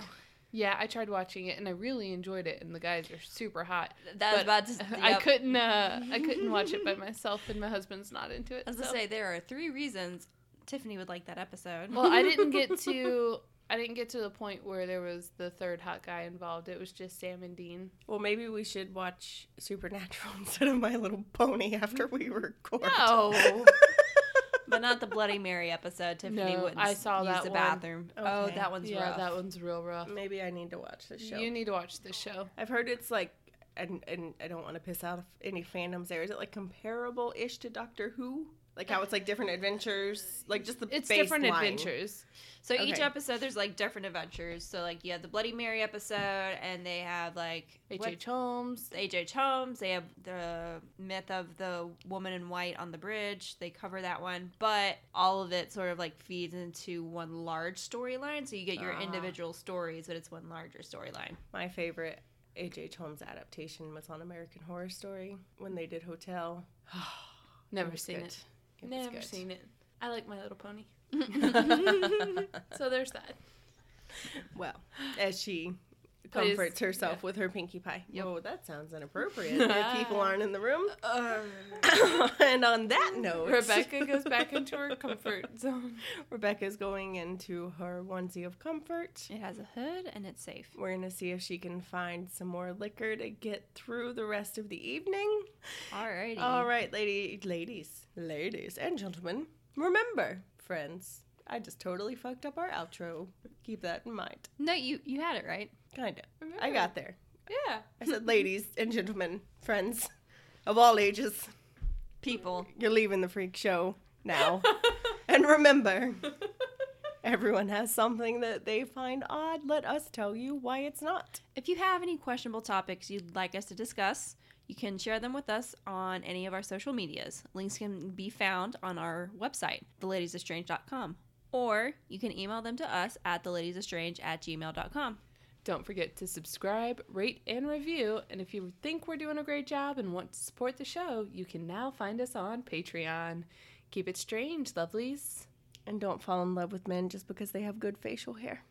[SPEAKER 2] yeah, I tried watching it and I really enjoyed it and the guys are super hot.
[SPEAKER 3] That
[SPEAKER 2] But
[SPEAKER 3] was about to.
[SPEAKER 2] I
[SPEAKER 3] yep.
[SPEAKER 2] couldn't uh, I couldn't watch it by myself and my husband's not into it.
[SPEAKER 3] I was
[SPEAKER 2] so.
[SPEAKER 3] gonna say there are three reasons Tiffany would like that episode.
[SPEAKER 2] Well, I didn't get to I didn't get to the point where there was the third hot guy involved. It was just Sam and Dean.
[SPEAKER 1] Well, maybe we should watch Supernatural instead of My Little Pony after we record.
[SPEAKER 2] No.
[SPEAKER 3] but not the Bloody Mary episode. Tiffany
[SPEAKER 2] No,
[SPEAKER 3] wouldn't
[SPEAKER 2] I saw
[SPEAKER 3] use
[SPEAKER 2] that
[SPEAKER 3] the
[SPEAKER 2] one.
[SPEAKER 3] bathroom. Oh,
[SPEAKER 1] Okay.
[SPEAKER 3] that one's
[SPEAKER 2] yeah,
[SPEAKER 3] rough.
[SPEAKER 2] that one's real rough.
[SPEAKER 1] Maybe I need to watch this show.
[SPEAKER 2] Mm, You need to watch this show.
[SPEAKER 1] I've heard it's like, and and I don't want to piss out any fandoms there. Is it like comparable ish to Doctor Who? Like how it's like different adventures, like just the
[SPEAKER 2] It's
[SPEAKER 1] baseline.
[SPEAKER 2] different adventures.
[SPEAKER 3] So each
[SPEAKER 1] Okay.
[SPEAKER 3] episode, there's like different adventures. So like you have the Bloody Mary episode, and they have like
[SPEAKER 2] H.H.
[SPEAKER 3] what-
[SPEAKER 2] H. Holmes.
[SPEAKER 3] H.H. Holmes. They have the myth of the woman in white on the bridge. They cover that one, but all of it sort of like feeds into one large storyline. So you get your
[SPEAKER 1] Ah.
[SPEAKER 3] individual stories, but it's one larger storyline.
[SPEAKER 1] My favorite H.H. Holmes adaptation was on American Horror Story when they did Hotel.
[SPEAKER 2] Never
[SPEAKER 1] was
[SPEAKER 2] seen
[SPEAKER 1] good.
[SPEAKER 2] it.
[SPEAKER 1] It was
[SPEAKER 2] Never
[SPEAKER 1] good.
[SPEAKER 2] seen it. I like My Little Pony. so there's that.
[SPEAKER 1] Well, as she
[SPEAKER 2] Please,
[SPEAKER 1] comforts herself
[SPEAKER 2] yeah.
[SPEAKER 1] with her pinkie pie.
[SPEAKER 3] Yep.
[SPEAKER 1] Oh, that sounds inappropriate. if people aren't in the room.
[SPEAKER 2] Uh,
[SPEAKER 3] Um,
[SPEAKER 1] and on that note,
[SPEAKER 2] Rebecca goes back into her comfort zone.
[SPEAKER 1] Rebecca's going into her onesie of comfort.
[SPEAKER 3] it has a hood and it's safe.
[SPEAKER 1] We're going to see if she can find some more liquor to get through the rest of the evening.
[SPEAKER 3] Alrighty.
[SPEAKER 1] All right, lady, ladies, ladies, and gentlemen, remember, friends, I just totally fucked up our outro. Keep that in mind.
[SPEAKER 3] No, you you had it right.
[SPEAKER 1] Kinda. I got there.
[SPEAKER 2] Yeah.
[SPEAKER 1] I said, ladies and gentlemen, friends of all ages,
[SPEAKER 3] People.
[SPEAKER 1] you're leaving the freak show now. and remember, everyone has something that they find odd. Let us tell you why it's not.
[SPEAKER 3] If you have any questionable topics you'd like us to discuss, you can share them with us on any of our social medias. Links can be found on our website, theladiesestrange.com, or you can email them to us at theladiesestrange at gmail.com.
[SPEAKER 2] Don't forget to subscribe, rate, and review. And if you think we're doing a great job and want to support the show, you can now find us on Patreon. Keep it strange, lovelies.
[SPEAKER 1] And don't fall in love with men just because they have good facial hair.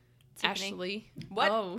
[SPEAKER 2] Oh.
[SPEAKER 3] Tiffany.
[SPEAKER 2] Ashley.
[SPEAKER 1] What?
[SPEAKER 2] Oh.